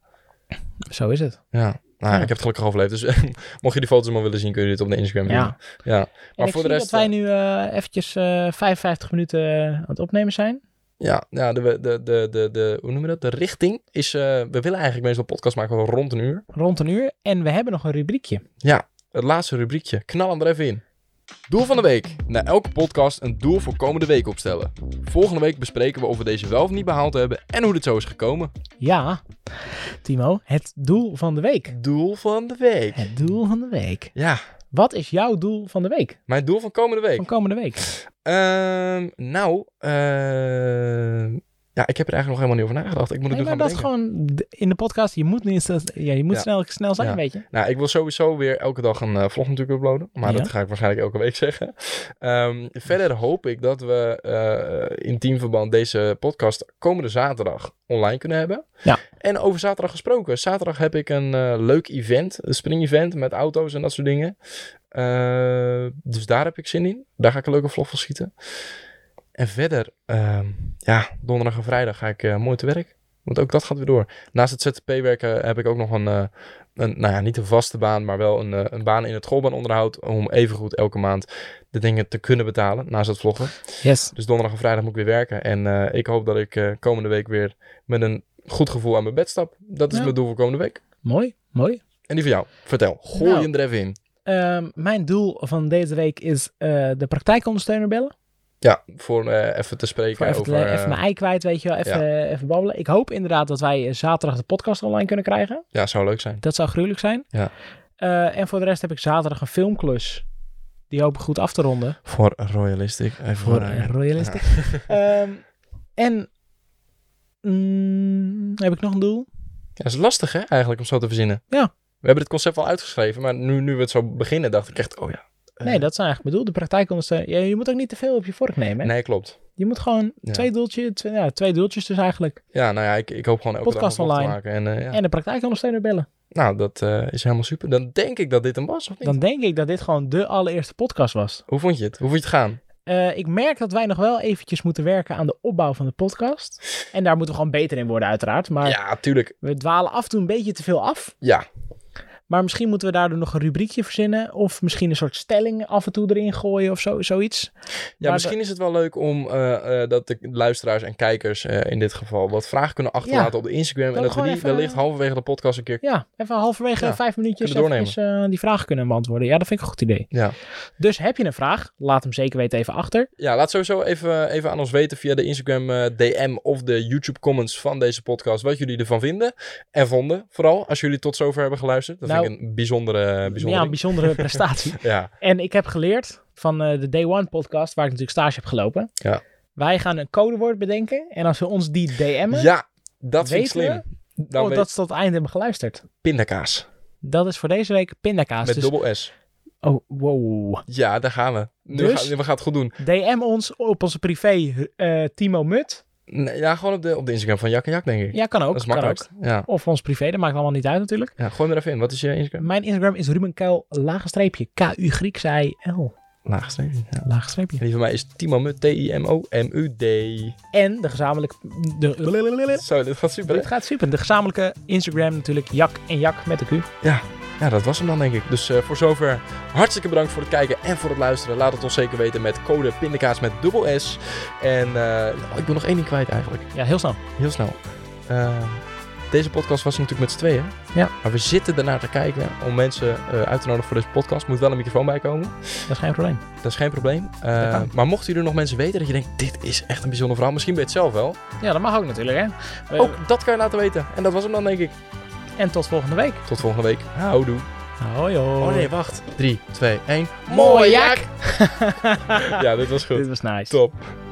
Speaker 2: zo is het.
Speaker 1: Ja, nou,
Speaker 2: Ja.
Speaker 1: ik heb het gelukkig overleefd. Dus mocht je die foto's maar willen zien, kun je dit op de Instagram
Speaker 2: Ja.
Speaker 1: doen. Ja,
Speaker 2: Maar
Speaker 1: maar voor
Speaker 2: ik voor
Speaker 1: de rest...
Speaker 2: dat wij
Speaker 1: eh,
Speaker 2: nu eh, eventjes eh 55 minuten eh, aan het opnemen zijn.
Speaker 1: Ja, ja de, de, de, de, de, hoe noem je dat? De richting is, eh, we willen eigenlijk meestal een podcast maken van rond een uur.
Speaker 2: Rond een uur. En we hebben nog een rubriekje.
Speaker 1: Het laatste rubriekje. Knal hem er even in. Doel van de week. Na elke podcast een doel voor komende week opstellen. Volgende week bespreken we of we deze wel of niet behaald hebben en hoe dit zo is gekomen.
Speaker 2: Ja, Timo, het doel van de week.
Speaker 1: Doel van de week.
Speaker 2: Het doel van de week.
Speaker 1: Ja,
Speaker 2: Wat is jouw doel van de week?
Speaker 1: mijn doel van komende week.
Speaker 2: Van komende week?
Speaker 1: Ehm, nou, ehm, ja, ik heb er eigenlijk nog helemaal niet over nagedacht. Ik moet het
Speaker 2: Nee,
Speaker 1: nu
Speaker 2: maar
Speaker 1: gaan
Speaker 2: dat is
Speaker 1: bedenken.
Speaker 2: gewoon d- in de podcast. Je moet, niet, ja, je moet
Speaker 1: Ja.
Speaker 2: snel, snel zijn,
Speaker 1: Ja.
Speaker 2: weet je.
Speaker 1: Nou, ik wil sowieso weer elke dag een eh, vlog natuurlijk uploaden. Maar
Speaker 2: Ja.
Speaker 1: dat ga ik waarschijnlijk elke week zeggen. Ehm, verder hoop ik dat we eh in teamverband deze podcast komende zaterdag online kunnen hebben.
Speaker 2: Ja.
Speaker 1: En over zaterdag gesproken. Zaterdag heb ik een eh, leuk event. Een spring-event met auto's en dat soort dingen. Eh, dus daar heb ik zin in. Daar ga ik een leuke vlog van schieten. En verder, ehm, ja, donderdag en vrijdag ga ik eh, mooi te werk. Want ook dat gaat weer door. Naast het ZZP-werken heb ik ook nog een, eh, een, nou ja, niet een vaste baan, maar wel een, eh, een baan in het schoolbaanonderhoud. Om evengoed elke maand de dingen te kunnen betalen naast het vloggen.
Speaker 2: Yes.
Speaker 1: Dus donderdag en vrijdag moet ik weer werken. En eh, ik hoop dat ik eh, komende week weer met een goed gevoel aan mijn bed stap. Dat is
Speaker 2: Ja.
Speaker 1: mijn doel voor komende week.
Speaker 2: Mooi, mooi.
Speaker 1: En die van jou. Vertel. Gooi
Speaker 2: Nou.
Speaker 1: hem er even in.
Speaker 2: Ehm, mijn doel van deze week is eh, de praktijkondersteuner bellen.
Speaker 1: Ja, voor eh, even te spreken
Speaker 2: Voor even, te-
Speaker 1: over... eh,
Speaker 2: even mijn ei kwijt, weet je wel. Even, even babbelen. Ik hoop inderdaad dat wij eh, zaterdag de podcast online kunnen krijgen.
Speaker 1: ja, zou leuk zijn.
Speaker 2: Dat zou gruwelijk zijn.
Speaker 1: Ja.
Speaker 2: Eh, en voor de rest heb ik zaterdag een filmklus. Die hoop ik goed af te ronden.
Speaker 1: Voor Royalistic. Even
Speaker 2: Voor
Speaker 1: eh,
Speaker 2: een royalistic. Ehm, en mm, heb ik nog een doel?
Speaker 1: Ja, dat is lastig hè, eigenlijk om zo te verzinnen.
Speaker 2: Ja.
Speaker 1: We hebben het concept al uitgeschreven, maar nu, nu we het zo beginnen, dacht ik echt, oh ja. eh,
Speaker 2: Nee, dat zijn eigenlijk mijn doel. De praktijkondersteuner. Je, je moet ook niet te veel op je vork nemen. hè?
Speaker 1: Nee, klopt.
Speaker 2: Je moet gewoon
Speaker 1: Ja.
Speaker 2: twee, doeltjes, twee, ja, twee doeltjes dus eigenlijk.
Speaker 1: Ja, nou ja, ik, ik hoop gewoon elke
Speaker 2: Podcast
Speaker 1: dag een vlog
Speaker 2: online.
Speaker 1: te maken. En, eh, ja.
Speaker 2: En de praktijkondersteuner bellen.
Speaker 1: Nou, dat eh, is helemaal super. Dan denk ik dat dit hem was, of niet?
Speaker 2: Dan denk ik dat dit gewoon de allereerste podcast was.
Speaker 1: Hoe vond je het? Hoe vond je het gaan?
Speaker 2: Eh, ik merk dat wij nog wel eventjes moeten werken aan de opbouw van de podcast. En daar moeten we gewoon beter in worden uiteraard. Maar
Speaker 1: Ja, tuurlijk.
Speaker 2: we dwalen af en toe een beetje te veel af.
Speaker 1: Ja,
Speaker 2: Maar misschien moeten we daardoor nog een rubriekje verzinnen. Of misschien een soort stelling af en toe erin gooien of zo, zoiets.
Speaker 1: ja
Speaker 2: Maar
Speaker 1: misschien is het wel leuk om eh, eh, dat de luisteraars en kijkers eh, in dit geval wat vragen kunnen achterlaten op de Instagram.
Speaker 2: Dan
Speaker 1: en dat we
Speaker 2: gewoon
Speaker 1: die
Speaker 2: even-
Speaker 1: wellicht halverwege de podcast een keer...
Speaker 2: Ja, even halverwege
Speaker 1: Ja,
Speaker 2: vijf minuutjes
Speaker 1: kunnen we
Speaker 2: eventjes, eh, die vraag kunnen beantwoorden. Ja, dat vind ik een goed idee.
Speaker 1: Ja.
Speaker 2: Dus heb je een vraag? Laat hem zeker weten even achter.
Speaker 1: Ja, laat sowieso even, even aan ons weten via de Instagram eh, DM of de YouTube comments van deze podcast wat jullie ervan vinden. En vonden, vooral als jullie tot zover hebben geluisterd. Dat
Speaker 2: Nou,
Speaker 1: vind ik een bijzondere.
Speaker 2: ja,
Speaker 1: bijzondere
Speaker 2: een bijzondere prestatie.
Speaker 1: ding. ja.
Speaker 2: En ik heb geleerd van eh, de Day One podcast, waar ik natuurlijk stage heb gelopen.
Speaker 1: Ja.
Speaker 2: Wij gaan een codewoord bedenken. En als we ons die DM'en,
Speaker 1: ja, nou, dat vind ik
Speaker 2: Weten
Speaker 1: slim. Dan
Speaker 2: oh,
Speaker 1: weet-
Speaker 2: dat ze tot het einde hebben geluisterd.
Speaker 1: pindakaas.
Speaker 2: Dat is voor deze week pindakaas.
Speaker 1: Met
Speaker 2: dus,
Speaker 1: dubbel S.
Speaker 2: Oh, wow.
Speaker 1: Ja, daar gaan we. Nu
Speaker 2: Dus?
Speaker 1: gaan, we gaan het goed doen.
Speaker 2: DM ons op onze privé eh, Timo Mut.
Speaker 1: Nee, ja, gewoon op de, op de Instagram van Jak en Jak, denk ik.
Speaker 2: Ja, kan ook.
Speaker 1: dat is
Speaker 2: kan
Speaker 1: makkelijk. Ja.
Speaker 2: ook. Of ons privé, dat maakt allemaal niet uit natuurlijk.
Speaker 1: ja, gooi me er even in. Wat is je Instagram?
Speaker 2: Mijn Instagram is Ruben Kuil, laagstreepje, K-U Grieks I-L,
Speaker 1: Laagstreepje. Ja.
Speaker 2: laagstreepje.
Speaker 1: En die van mij is Timo Mut, T-I-M-O-M-U-D.
Speaker 2: En de gezamenlijke... De,
Speaker 1: Zo, dit gaat super. hè?
Speaker 2: dit gaat super. De gezamenlijke Instagram natuurlijk, Jak en Jak met de Q.
Speaker 1: Ja, ja, dat was hem dan, denk ik. Dus eh, voor zover, hartstikke bedankt voor het kijken en voor het luisteren. Laat het ons zeker weten met code Pindakaas met dubbel S. En eh, ik wil nog één ding kwijt eigenlijk.
Speaker 2: Ja, heel snel.
Speaker 1: Heel snel. Eh, deze podcast was natuurlijk met z'n tweeën.
Speaker 2: Ja.
Speaker 1: Maar we zitten ernaar te kijken om mensen eh, uit te nodigen voor deze podcast. Moet wel een microfoon bij komen.
Speaker 2: Dat is geen probleem.
Speaker 1: Dat is geen probleem. Eh,
Speaker 2: kan.
Speaker 1: maar mochten jullie nog mensen weten dat je denkt, dit is echt een bijzonder verhaal. Misschien ben je het zelf wel.
Speaker 2: Ja, dat mag ook natuurlijk, hè. Eh,
Speaker 1: Ook dat kan je laten weten. En dat was hem dan, denk ik.
Speaker 2: En tot volgende week.
Speaker 1: Tot volgende week. Houdoe.
Speaker 2: Hoi, hoi.
Speaker 1: Oh nee, wacht. 3, 2, 1.
Speaker 2: Mooi, Jak!
Speaker 1: Ja, dit was goed.
Speaker 2: Dit was nice.
Speaker 1: Top.